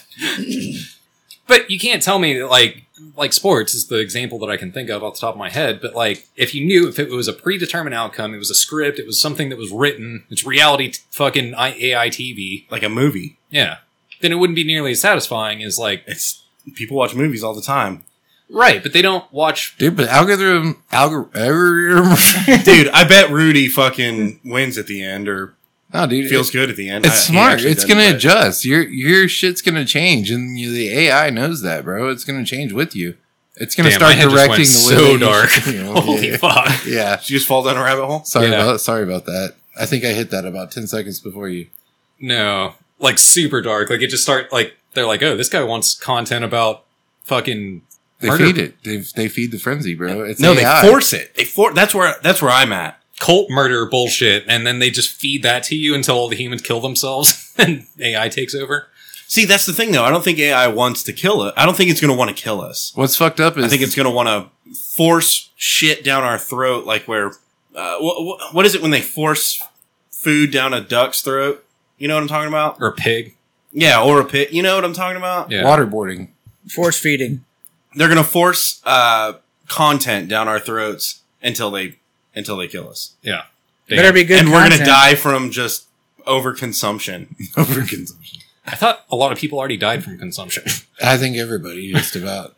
But you can't tell me that like like sports is the example that I can think of off the top of my head. But like if you knew if it was a predetermined outcome, it was a script, it was something that was written, it's reality t- fucking I- AI TV. Like a movie. Yeah. Then it wouldn't be nearly as satisfying as like It's people watch movies all the time. right, but they don't watch. Dude, but algorithm, algorithm. Dude, I bet Rudy fucking wins at the end or no, dude, feels good at the end. I- It's he smart. actually It's doesn't, gonna but- adjust. Your your shit's gonna change, and you, the AI knows that, bro. It's gonna change with you. It's gonna Damn, start my head just directing the way. went so that you dark. should- you know, Holy yeah. fuck! Yeah. Did you just fall down a rabbit hole? Sorry Yeah. about sorry about that. I think I hit that about ten seconds before you. No, like super dark. Like it just start like they're like, oh, this guy wants content about fucking They Murder. feed it. They they feed the frenzy, bro. It's no, AI. they force it. They for that's where that's where I'm at. cult murder bullshit, and then they just feed that to you until all the humans kill themselves and AI takes over. See, that's the thing though. I don't think AI wants to kill us. I don't think it's gonna want to kill us. What's fucked up is I think it's gonna want to force shit down our throat, like where uh, wh- wh- what is it when they force food down a duck's throat? You know what I'm talking about? Or a pig. Yeah, or a pit. You know what I'm talking about? Yeah. waterboarding. Force feeding. They're gonna force uh, content down our throats until they until they kill us, Yeah. Better be good. and we're gonna content. die from just overconsumption. Overconsumption. I thought a lot of people already died from consumption. I think everybody just about.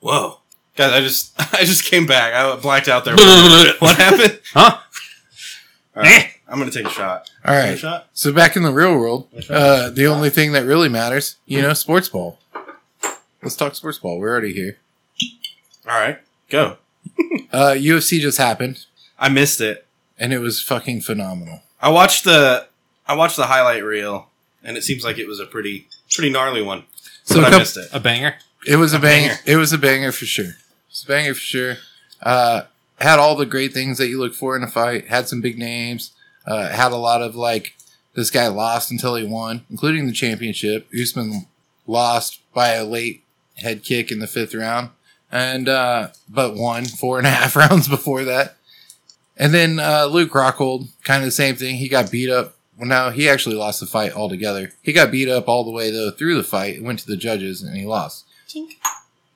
Whoa, guys! I just I just came back. I blacked out there. what? what happened? Huh? All right, I'm gonna take a shot. Eh. All Take a right. shot. So back in the real world, uh, the only thing that really matters, you know, sports ball. Let's talk sports ball. We're already here. All right, go. Uh, UFC just happened, I missed it. and it was fucking phenomenal. I watched the I watched the highlight reel, and it seems like it was a pretty pretty gnarly one. So but a I coup- missed it. A banger? it was a banger. banger. It was a banger for sure. It was a banger for sure. Uh, had all the great things that you look for in a fight. Had some big names. Uh, had a lot of like this guy lost until he won, including the championship. Usman lost by a late head kick in the fifth round, and uh, but won four and a half rounds before that. And then uh, Luke Rockhold, kind of the same thing. He got beat up. Well, no, he actually lost the fight altogether. He got beat up all the way though through the fight. It went to the judges, and he lost.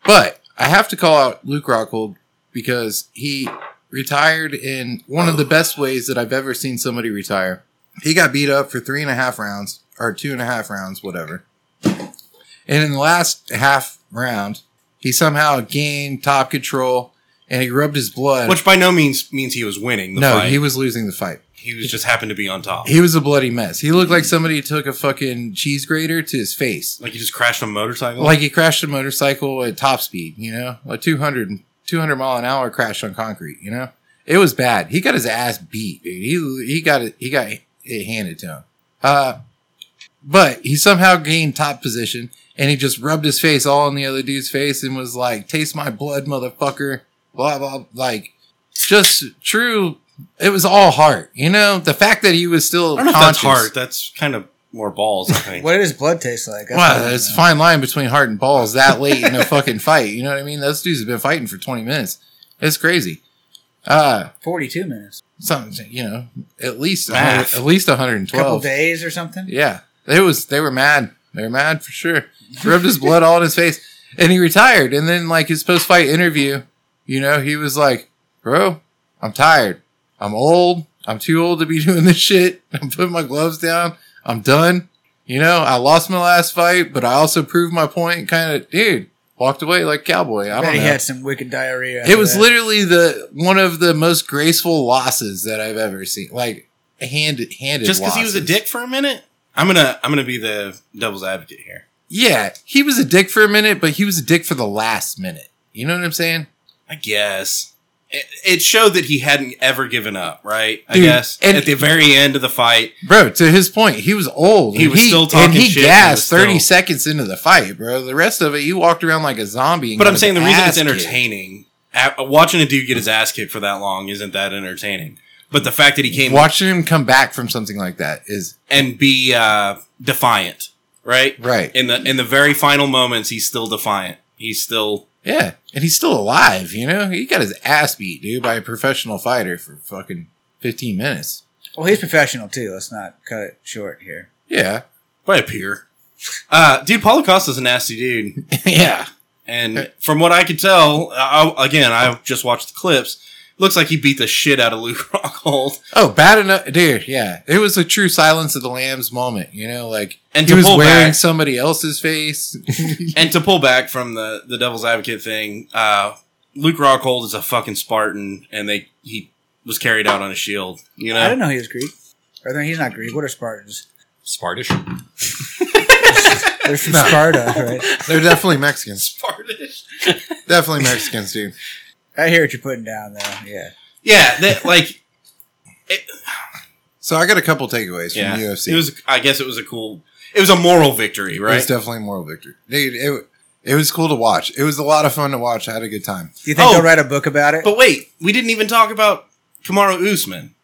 But I have to call out Luke Rockhold because he retired in one of the best ways that I've ever seen somebody retire. He got beat up for three and a half rounds or two and a half rounds, whatever. And in the last half round, he somehow gained top control and he rubbed his blood. Which by no means means he was winning the no, fight. he He, was losing the fight. was just happened to be on top. He was a bloody mess. He looked like somebody took a fucking cheese grater to his face. like he just crashed on a motorcycle. Like he crashed a motorcycle at top speed, you know, like 200, 200 mile an hour crash on concrete, you know, it was bad. He got his ass beat, dude. He, he got it, he got it handed to him. Uh, but he somehow gained top position and he just rubbed his face all in the other dude's face and was like, taste my blood, motherfucker. Blah, blah, like just true. It was all heart, you know, the fact that he was I still don't know if that's conscious. hard. That's kind of more balls. I think. What did his blood taste like? That's what I Wow, wanna it's a know. fine line between heart and balls that late in a fucking fight. You know what I mean? Those dudes have been fighting for 20 minutes. It's crazy. Uh, Forty-two minutes. something, you know, at least, a Math. hundred- at least A couple 112. days or something. Yeah. They was, they were mad. They were mad for sure. Rubbed his blood all in his face and he retired. And then like his post fight interview, you know, he was like, bro, I'm tired. I'm old. I'm too old to be doing this shit. I'm putting my gloves down. I'm done. You know, I lost my last fight, but I also proved my point. Kind of, dude, walked away like a cowboy. I I don't bet he know. had some wicked diarrhea. It was after that. literally the one of the most graceful losses that I've ever seen. Like handed, handed. just because he was a losses. dick for a minute. I'm gonna I'm gonna be the devil's advocate here. Yeah, he was a dick for a minute, but he was a dick for the last minute. You know what I'm saying? I guess. It, it showed that he hadn't ever given up, right? I Dude, guess. and- At the very end of the fight, Bro, to his point, he was old. He and was still talking And he shit, and gassed was still- 30 seconds into the fight, bro. The rest of it, he walked around like a zombie. and But got I'm his saying the reason ass it's kicked. entertaining, a- watching a dude get his ass kicked for that long isn't that entertaining. But the fact that he came Watching him come back from something like that is and be uh, defiant, right? right. In the in the very final moments, he's still defiant. He's still Yeah. And he's still alive, you know? He got his ass beat, dude, by a professional fighter for fucking 15 minutes. Well, he's professional too. Let's not cut it short here. Yeah. by a peer. Uh, dude, Paulo Costa's a nasty dude. yeah. Uh, And from what I could tell, I, I- again, I just watched the clips. Looks like he beat the shit out of Luke Rockhold. Oh, bad enough, dude. Yeah, it was a true Silence of the Lambs moment. You know, like And he to was pull wearing back- somebody else's face. And to pull back from the, the devil's advocate thing, uh, Luke Rockhold is a fucking Spartan, and they he was carried out on a shield. You I didn't know, know he was Greek. Or no, he's not Greek. What are Spartans? Spartish. They're from No. Sparta, right? They're definitely Mexicans. Spartish. Definitely Mexicans, dude. I hear what you're putting down, though. Yeah. yeah, that, like So I got a couple takeaways yeah, from UFC. it was. I guess it was a cool. It was a moral victory, It right? was definitely a moral victory, dude. It it was cool to watch. It was a lot of fun to watch. I had a good time. Do you think Oh. they'll write a book about it? But wait, we didn't even talk about Kamaru Usman.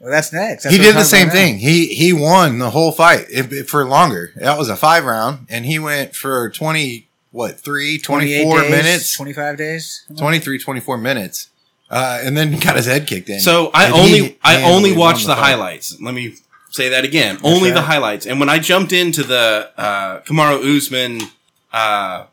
well, that's next. That's he what did we're the talking same about now. thing. He he won the whole fight it, it- for longer. That was a five round, and he went for twenty what three 28 24 days, minutes, 25 days. 23, 24 minutes, uh, and then got his head kicked in. So I And he only I handily only won watched the the, fight. highlights. Let me say that again. only the right. highlights. And when I jumped into the uh, Kamaru Usman, uh,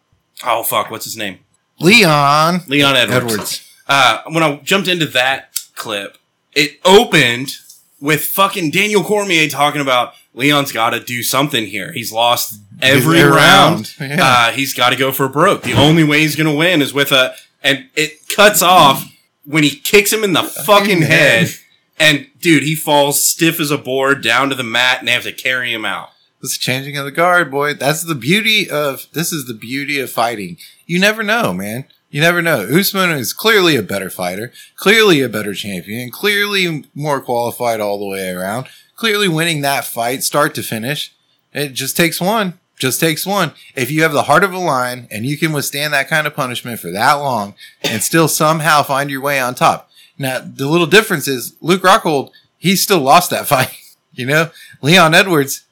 oh fuck, what's his name? Leon Leon Edwards. Edwards. Uh, when I jumped into that clip, it opened with fucking Daniel Cormier talking about Leon's got to do something here. He's lost every Every round. round, yeah. Uh, he's got to go for broke. The only way he's going to win is with a. And it cuts off when he kicks him in the fucking head. And dude, he falls stiff as a board down to the mat, and they have to carry him out. It's a changing of the guard, boy. That's the beauty of this is the beauty of fighting. You never know, man. You never know. Usman is clearly a better fighter, clearly a better champion, clearly more qualified all the way around, clearly winning that fight start to finish. It just takes one. Just takes one. If you have the heart of a lion and you can withstand that kind of punishment for that long and still somehow find your way on top. Now, the little difference is Luke Rockhold, he still lost that fight. You know, Leon Edwards,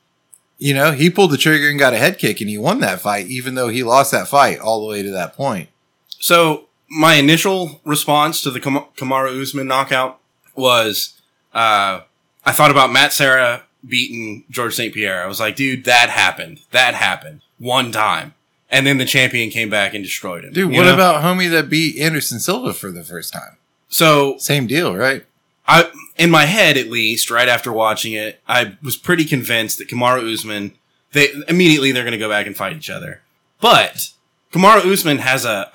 you know, he pulled the trigger and got a head kick and he won that fight, even though he lost that fight all the way to that point. So my initial response to the Kam- Kamara Usman knockout was, uh, I thought about Matt Sarah beating George St. Pierre. I was like, dude, that happened. That happened one time. And then the champion came back and destroyed him. Dude, you what know? about homie that beat Anderson Silva for the first time? So Same deal, right? I, in my head, at least, right after watching it, I was pretty convinced that Kamara Usman, they immediately they're going to go back and fight each other. But Kamara Usman has a,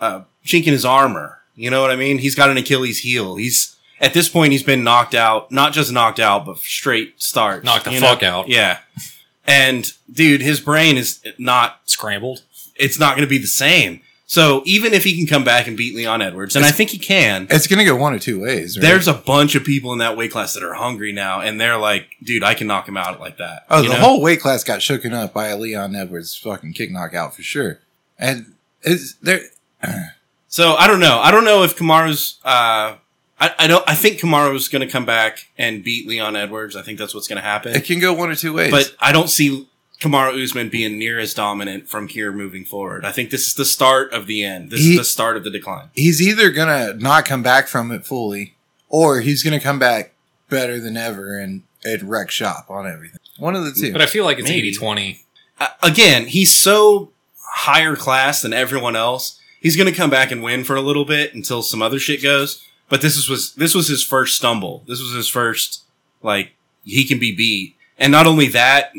a, a chink in his armor. You know what I mean? He's got an Achilles heel. He's at this point he's been knocked out, not just knocked out, but straight starts. Knocked the you fuck out. Yeah. And dude, his brain is not. Scrambled. It's not going to be the same. So even if he can come back and beat Leon Edwards, and I think he can, It's going to go one of two ways. Right? there's a bunch of people in that weight class that are hungry now, and they're like, dude, I can knock him out like that. oh, you the know? whole weight class got shooken up by a Leon Edwards fucking kick knockout for sure. And it's there. So I don't know. I don't know if Kamaru's. Uh, I, I don't. I think Kamaru's going to come back and beat Leon Edwards. I think that's what's going to happen. It can go one or two ways. But I don't see Kamaru Usman being near as dominant from here moving forward. I think this is the start of the end. This He- is the start of the decline. he's either gonna not come back from it fully, or he's gonna come back better than ever and and wreck shop on everything. One of the two. But I feel like it's Maybe. 80 20. uh, again, he's so higher class than everyone else. He's going to come back and win for a little bit until some other shit goes. But this is, was this was his first stumble. This was his first like he can be beat. And not only that,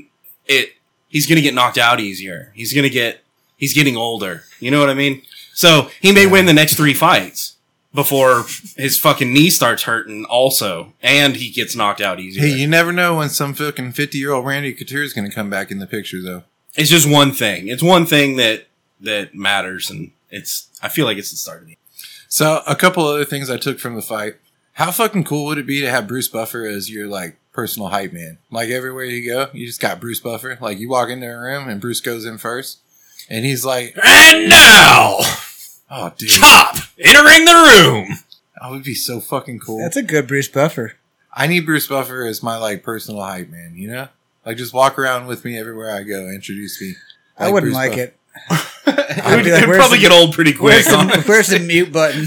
it he's going to get knocked out easier. He's going to get he's getting older. You know what I mean? So he may win the next three fights before his fucking knee starts hurting also, and he gets knocked out easier. Hey, you never know when some fucking 50 year old Randy Couture is going to come back in the picture, though. it's just one thing. It's one thing that that matters, and it's. I feel like it's the start of the. So, a couple other things I took from the fight. How fucking cool would it be to have Bruce Buffer as your like personal hype man? Like everywhere you go, you just got Bruce Buffer. Like you walk into a room and Bruce goes in first, and he's like, And now, "Oh, dude, Chop entering the room. that would be so fucking cool." That's a good Bruce Buffer. I need Bruce Buffer as my like personal hype man. You know, like just walk around with me everywhere I go, introduce me. I wouldn't Bruce like Buffer. it. It would, be like, it'd where's probably the- get old pretty quick. Where's the, honestly. where's the mute button?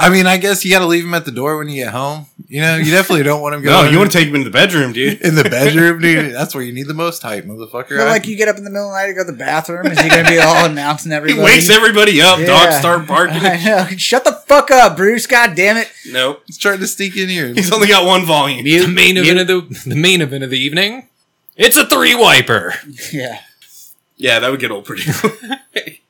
I mean, I guess you got to leave him at the door when you get home. You know, you definitely don't want him No, going. you want to take him into the bedroom, dude. in the bedroom, dude. That's where you need the most hype, motherfucker. But I- like you get up in the middle of the night to go to the bathroom, is he gonna be all announcing He everybody? wakes everybody up. Dogs Yeah. start barking. I know. Shut the fuck up, Bruce. God damn it. nope. he's trying to sneak in here. He's only got one volume. The main event of the the main event of the evening. It's a three wiper. Yeah. Yeah, that would get old pretty quick.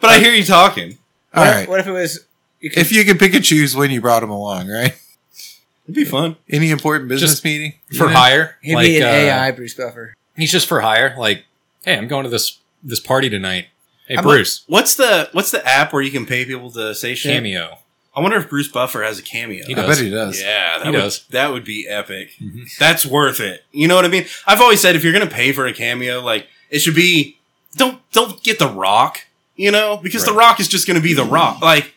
but I hear you talking. All what, right. What if it was? You could, If you could pick and choose when you brought him along, right? It'd be fun. Any important business Just meeting for You know? hire. he'd be an uh, AI Bruce Buffer. He's just for hire. Like, hey, I'm going to this this party tonight. Hey, I'm Bruce, What's the What's the app where you can pay people to say shit? cameo. I wonder if Bruce Buffer has a cameo. He I does. bet he does. Yeah, that He would, does. That would be epic. Mhm. That's worth it. You know what I mean? I've always said if you're gonna pay for a cameo, like it should be don't don't get the Rock. You know, because the Right. Rock is just gonna be the Rock. Like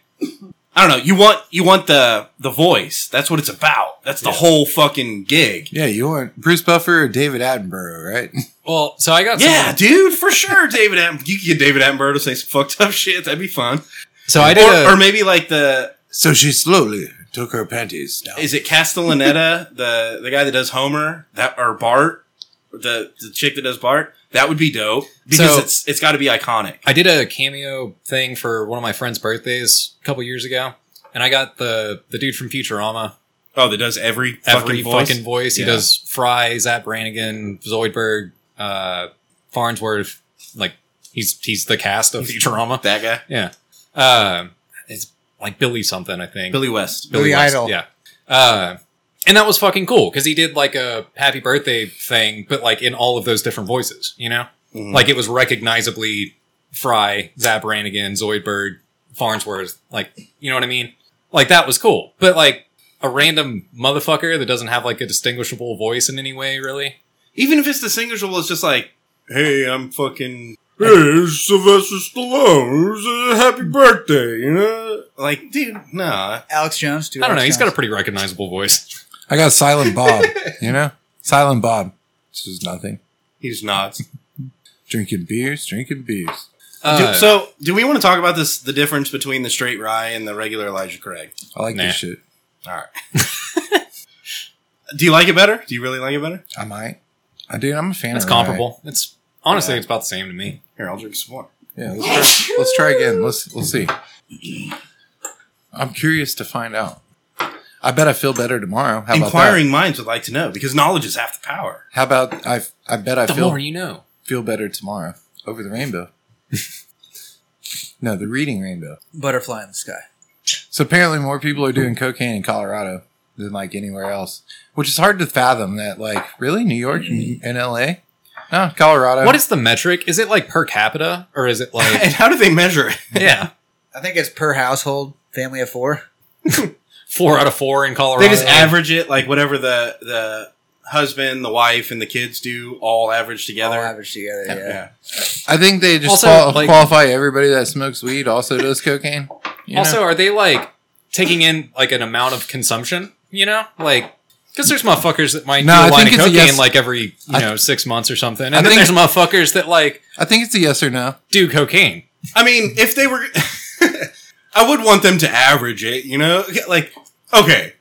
I don't know. You want you want the the voice. That's what it's about. That's the Yeah. whole fucking gig. Yeah, you want Bruce Buffer or David Attenborough, right? Well, so I got Yeah, someone- dude, for sure. David, Atten- you could get David Attenborough to say some fucked up shit. That'd be fun. So I did. a- Or, or maybe like the so she slowly took her panties down. is it Castellaneta, the the guy that does Homer, that or Bart, the the chick that does Bart. That would be dope because So- it's it's got to be iconic. I did a cameo thing for one of my friend's birthdays a couple years ago, and I got the the dude from Futurama. Oh, that does every Every fucking voice. fucking voice. He Yeah. does Fry, Zap Brannigan, Zoidberg, uh, Farnsworth. Like he's he's the cast of Futurama. that guy, Yeah, uh, it's like Billy something. I think Billy West. Billy West, Idol. Yeah. Uh, and that was fucking cool because he did like a happy birthday thing, but like in all of those different voices, you know? Mhm. Like it was recognizably Fry, Zap Brannigan, Zoidberg, Farnsworth. Like, you know what I mean? Like that was cool. But like a random motherfucker that doesn't have like a distinguishable voice in any way, really. Even if it's distinguishable, it's just like, hey, I'm fucking. Hey, it's Sylvester Stallone. It's a happy birthday, you know? Like, dude, nah. Alex Jones. Too, I don't know. He's got a pretty recognizable voice. I got Silent Bob, you know? Silent Bob. This is nothing. He just nods. Drinking beers, drinking beers. Do- Uh, so, do we want to talk about this? The difference between the straight rye and the regular Elijah Craig. I like Nah. this shit. All right. do you like it better? Do you really like it better? I might. I dude, I'm a fan it's of Rye. comparable. It's honestly, Yeah. it's about the same to me. Here, I'll drink some more. Yeah, let's try, let's try again. Let's we'll see. I'm curious to find out. I bet I feel better tomorrow. How about Inquiring minds would like to know because knowledge is half the power. that? How about I? I bet I the feel more you know. feel better tomorrow over the rainbow. no, the reading rainbow. butterfly in the sky. So apparently, more people are doing cocaine in Colorado than like anywhere else, which is hard to fathom. That like really New York and, and L.A. No, Colorado. What is the metric? Is it like per capita or is it like. and how do they measure it? yeah. I think it's per household, family of four. four out of four in Colorado. They just average it, like whatever the the husband, the wife, and the kids do, all average together. All average together. Yeah. yeah. I think they just Also, qual- like- qualify everybody that smokes weed also does cocaine. you know? also, are they like taking in like an amount of consumption? You know, like because there's motherfuckers that might No, do a I line think of it's a cocaine yes. like every you I- know six months or something, and I then think- there's motherfuckers that like I think it's a yes or no. do cocaine. I mean, if they were, I would want them to average it. You know, like okay,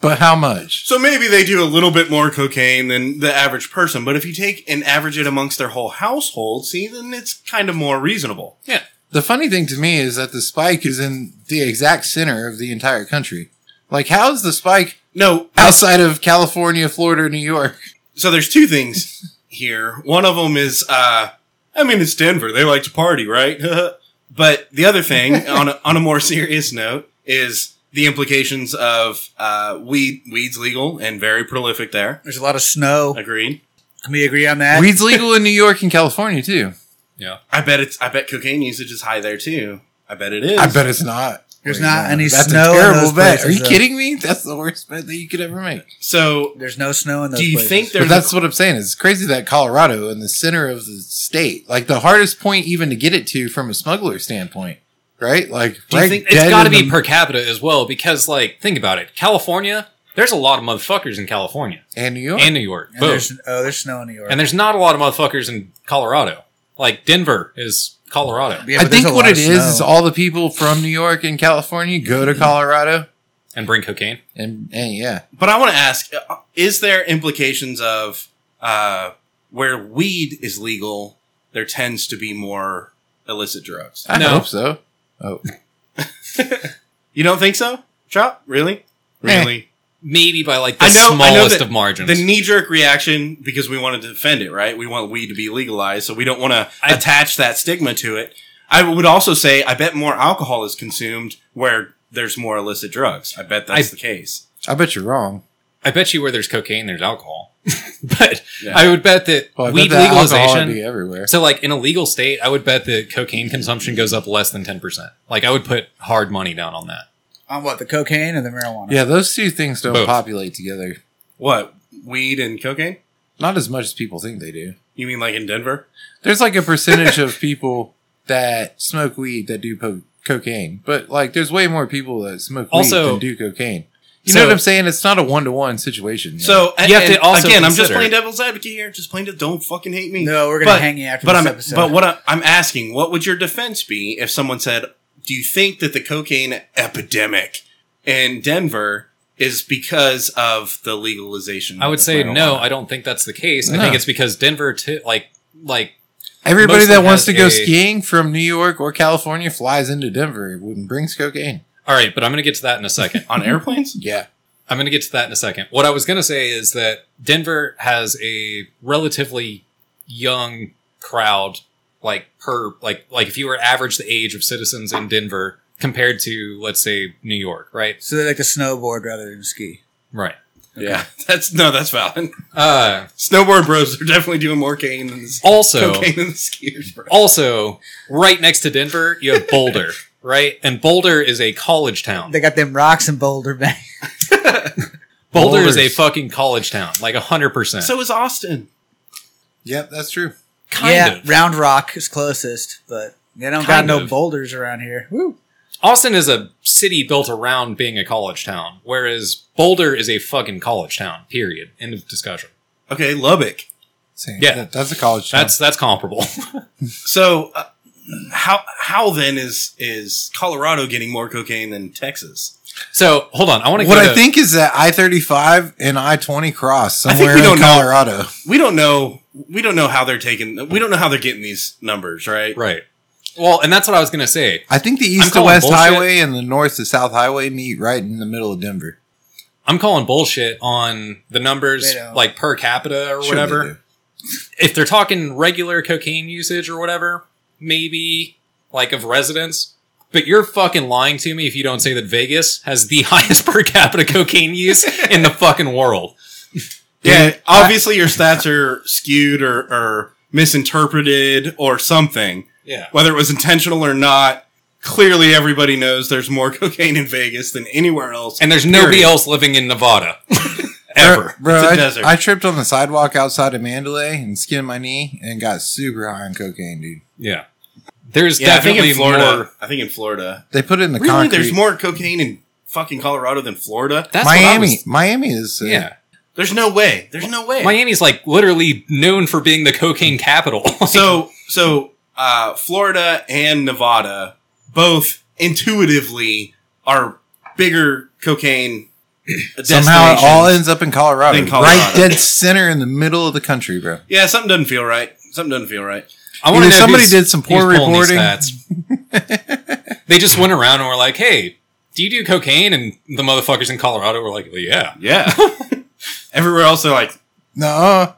But how much? So maybe they do a little bit more cocaine than the average person, but if you take and average it amongst their whole household, see, then it's kind of more reasonable. Yeah, The funny thing to me is that the spike is in the exact center of the entire country. Like, how is the spike No, outside of California, Florida, New York? so there's two things here. One of them is, uh, I mean, it's Denver. They like to party, right? but the other thing, on a, on a more serious note, is the implications of uh, weed. Weed's legal and very prolific there. There's a lot of snow. Agreed. Can we agree on that? Weed's legal in New York and California too. yeah. I bet it's. I bet cocaine usage is high there too. I bet it is. I bet it's not. There's Wait, not no, any That's snow a in terrible those bet. places, Are you though. kidding me? That's the worst bet that you could ever make. So, There's no snow in those. do you places. think But there's a that's what I'm saying. It's crazy that Colorado in the center of the state, like the hardest point even to get it to from a smuggler standpoint, right? Like, Do you right think- dead it's got to in be the- per capita as well because like think about it, California. There's a lot of motherfuckers in California Oh. and New York. and New York, And both, there's, oh, there's snow in New York. and there's not a lot of motherfuckers in Colorado. Like Denver is Colorado Yeah, I but there's think a what lot it of is snow. is all the people from New York and California go to Colorado, and bring cocaine. Mm-hmm. and, and yeah, But I want to ask: uh, Is there implications of uh, where weed is legal? There tends to be more illicit drugs. I No. hope so. Oh, You don't think so, Chop? Really? Eh. Maybe by like the I know- I know smallest that of margins. The knee-jerk reaction because we wanted to defend it, right? We want weed to be legalized, so we don't want to attach that stigma to it. I would also say I bet more alcohol is consumed where there's more illicit drugs. I bet that's I- the case. I bet you're wrong. I bet you where there's cocaine, there's alcohol. but Yeah. I would bet that Well, I weed bet that alcohol legalization. would be everywhere. So, like in a legal state, I would bet that cocaine consumption goes up less than ten percent. Like I would put hard money down on that. on what the cocaine and the marijuana. Yeah, those two things don't Both. populate together. What weed and cocaine? Not as much as people think they do. You mean like in Denver? There's like a percentage of people that smoke weed that do po- cocaine, but like there's way more people that smoke Also- weed than do cocaine. You So- know what I'm saying? It's not a one to one situation. you know? So You have and to also again, I'm just consider- playing devil's advocate here. Just playing to don't fucking hate me. No, we're gonna But- hang you after But this I'm episode. but what I, I'm asking, what would your defense be if someone said, "Do you think that the cocaine epidemic in Denver is because of the legalization?" I would of say no. marijuana?" I don't think that's the case. I No. think it's because Denver, t- like, like everybody mostly that wants to has go a- skiing from New York or California flies into Denver and brings cocaine. all right. But I'm going to get to that in a second. on Mm-hmm. airplanes. Yeah, I'm going to get to that in a second. What I was going to say is that Denver has a relatively young crowd, like per like like if you were average the age of citizens in Denver compared to let's say New York, right? so they like to snowboard rather than ski. Right. Yeah, that's no, that's valid. Uh, Snowboard bros are definitely doing more cocaine than the also, cocaine than the skiers, bro. also right next to Denver, you have Boulder, right? And Boulder is a college town. They got them rocks in Boulder, man. Boulder is a Boulders. fucking college town, like hundred percent. So is Austin. yep, that's true. kind yeah, of. Round Rock is closest, but they don't got Kind no of. boulders around here. Woo. Austin is a city built around being a college town, whereas Boulder is a fucking college town. Period. End of discussion. Okay, Lubbock. Same. Yeah. That- that's a college. town. That's that's comparable. So uh, how how then is is Colorado getting more cocaine than Texas? so hold on, I want to. what I think is that I thirty five and I twenty cross I think somewhere we don't in know. Colorado. We don't know. We don't know how they're taking. We don't know how they're getting these numbers, right? right. Well, and that's what I was gonna say. I think the east to calling west bullshit. highway and the north to south highway meet right in the middle of Denver. I'm calling bullshit on the numbers They don't. like per capita or Sure whatever. they do. if they're talking regular cocaine usage or whatever, maybe like of residents. But you're fucking lying to me if you don't say that Vegas has the highest per capita cocaine use in the fucking world. Yeah. Obviously, your stats are skewed or, or misinterpreted or something. Yeah. Whether it was intentional or not, clearly everybody knows there's more cocaine in Vegas than anywhere else. And there's nobody Period. else living in Nevada. Ever. Bro, It's a I- desert. I tripped on the sidewalk outside of Mandalay and skinned my knee and got super high on cocaine, dude. Yeah. There's Yeah, I think definitely in Florida. more. I think in Florida. They put it in the Really, concrete. there's more cocaine in fucking Colorado than Florida. That's what I Miami, was- Miami is uh, yeah. There's no way. There's no way. Miami's like literally known for being the cocaine capital. so so uh, Florida and Nevada both intuitively are bigger cocaine somehow it all destinations. ends up in Colorado, In Colorado. right dead center in the middle of the country, bro. yeah something doesn't feel right something doesn't feel right I want to Either know somebody who's- did some poor who's pulling these reporting. stats. they just went around and were like, "Hey, do you do cocaine?" And the motherfuckers in Colorado were like, well, "Yeah, yeah everywhere else they're like No,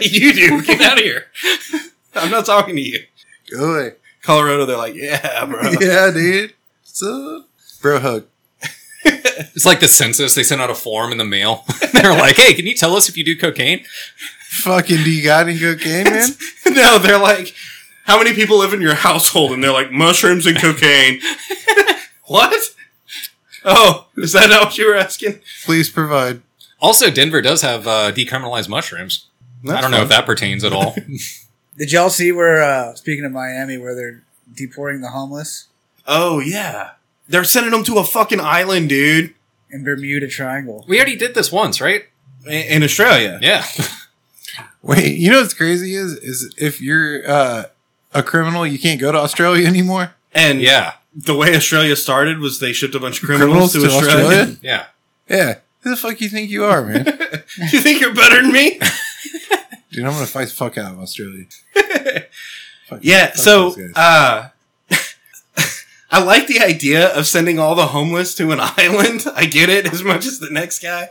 you do get out of here." I'm not talking to you good. Colorado they're like yeah bro Yeah, dude. So, bro, hug. It's like the census. They sent out a form in the mail. They're like, "Hey, can you tell us if you do cocaine?" Fucking, do you got any cocaine, man? no they're like how many people live in your household and they're like mushrooms and cocaine what oh is that what you were asking Please provide. Also, Denver does have uh, decriminalized mushrooms. I don't know if that pertains at all. Did y'all see where? Uh, speaking of Miami, where they're deporting the homeless Oh yeah, they're sending them to a fucking island, dude, in Bermuda Triangle? we already did this once, right? in, in Australia. Yeah. Wait, you know what's crazy is is if you're uh, a criminal, you can't go to Australia anymore. And Yeah, the way Australia started was they shipped a bunch of Criminals criminals, to to, Australia. Australia? yeah. Yeah, who the fuck you think you are, man? you think you're better than me? Dude, I'm gonna fight the fuck out of Australia. Fuck- Yeah, fuck so those guys. uh I like the idea of sending all the homeless to an island. I get it as much as the next guy.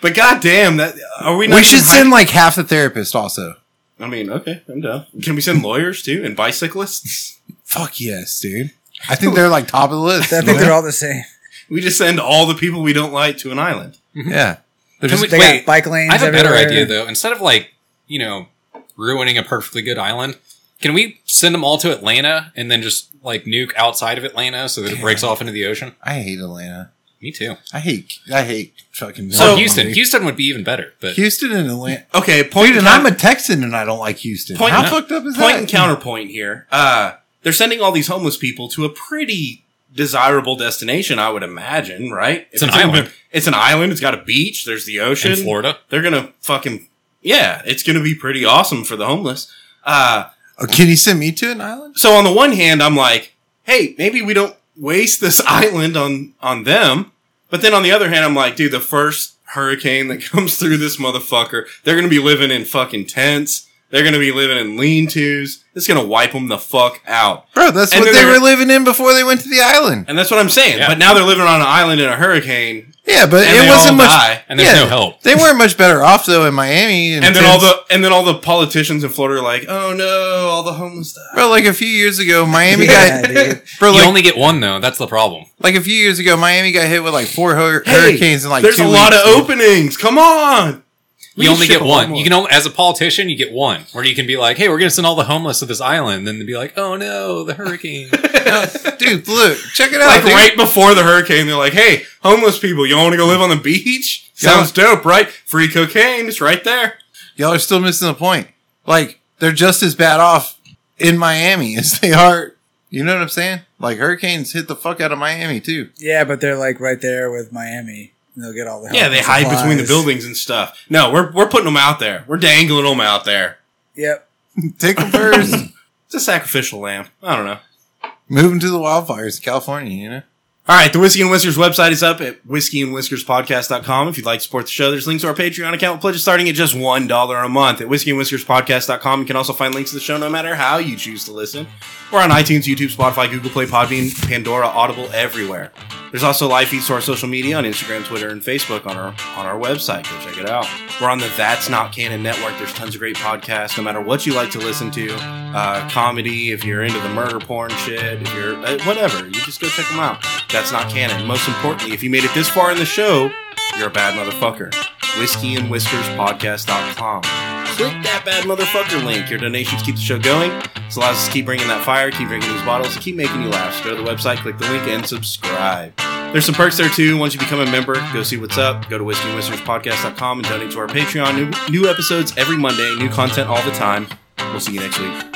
But goddamn, that are we, we not should even send like half the therapist also. hi- I mean, okay, I'm down. Can we send lawyers too and bicyclists? Fuck yes, dude. I think they're like top of the list. I think they're all the same. We just send all the people we don't like to an island. yeah. They're Can just- we- They Wait, got bike lanes. I have a better everywhere. idea though. Instead of like you know ruining a perfectly good island, can we send them all to Atlanta and then just like nuke outside of Atlanta so that it Yeah. breaks off into the ocean? I hate Atlanta. Me too. I hate. I hate fucking. So- So Oklahoma, Houston, dude. Houston would be even better. But Houston and Atlanta. Okay, point Dude, in and time- I'm a Texan and I don't like Houston. Point- How fucked up is point that? and counterpoint here. Uh, they're sending all these homeless people to a pretty desirable destination, I would imagine, right? If It's an in- island. it's an island. It's got a beach. There's the ocean. in Florida, They're gonna fucking yeah. It's gonna be pretty awesome for the homeless. Uh, Oh, can you send me to an island? so on the one hand, I'm like, hey, maybe we don't waste this island on on them. But then on the other hand, I'm like, dude, the first hurricane that comes through this motherfucker, they're gonna be living in fucking tents. They're gonna be living in lean tos. It's gonna wipe them the fuck out. Bro, that's And what then they they're- were living in before they went to the island. And that's what I'm saying. Yeah. But now they're living on an island in a hurricane, Yeah, but and it they all wasn't much. die. and there's Yeah. no help. They weren't much better off though in Miami. And then all the and then all the politicians in Florida are like, oh no, all the homeless died. bro, like a few years ago, Miami Yeah, got dude. bro, you like, only get one though. That's the problem. like a few years ago, Miami got hit with like four hur- hurricanes in like there's two a lot weeks, of dude. openings. Come on. We You only ship get a lot one. more. You can only, as a politician, you get one, where you can be like, "Hey, we're going to send all the homeless to this island," then they'd be like, "Oh no, the hurricane." dude. Look, check it out. like dude. right before the hurricane, they're like, "Hey, homeless people, you all want to go live on the beach? Yeah. Sounds dope, right? Free cocaine, it's right there." Y'all are still missing the point. Like they're just as bad off in Miami as they are. You know what I'm saying? Like hurricanes hit the fuck out of Miami too. Yeah, but they're like right there with Miami. And they'll get all the help Yeah, they and hide between the supplies. buildings and stuff. No, we're we're putting them out there. We're dangling them out there. Yep. Take them first. It's a sacrificial lamb. I don't know. Move them to the wildfires of California. You know. All right, the Whiskey and Whiskers website is up at whiskeyandwhiskerspodcast.com. If you'd like to support the show, there's links to our Patreon account with pledges starting at just $1 a month. At whiskeyandwhiskerspodcast.com, you can also find links to the show no matter how you choose to listen. We're on iTunes, YouTube, Spotify, Google Play, Podbean, Pandora, Audible, everywhere. There's also live feeds to our social media on Instagram, Twitter, and Facebook on our on our website. Go check it out. We're on the That's Not Canon Network. There's tons of great podcasts, no matter what you like to listen to. Uh, comedy, if you're into the murder porn shit, if you're uh, whatever, you just go check them out. That's not canon. Most importantly, if you made it this far in the show, you're a bad motherfucker. Whiskey and Whiskers Podcast.com. Click that bad motherfucker link. Your donations keep the show going. This allows us to keep bringing that fire, keep drinking these bottles, keep making you laugh. So go to the website, click the link, and subscribe. There's some perks there too. Once you become a member, go see what's up. Go to whiskeyandwhiskerspodcast.com and donate to our Patreon. New, new episodes every Monday, new content all the time. We'll see you next week.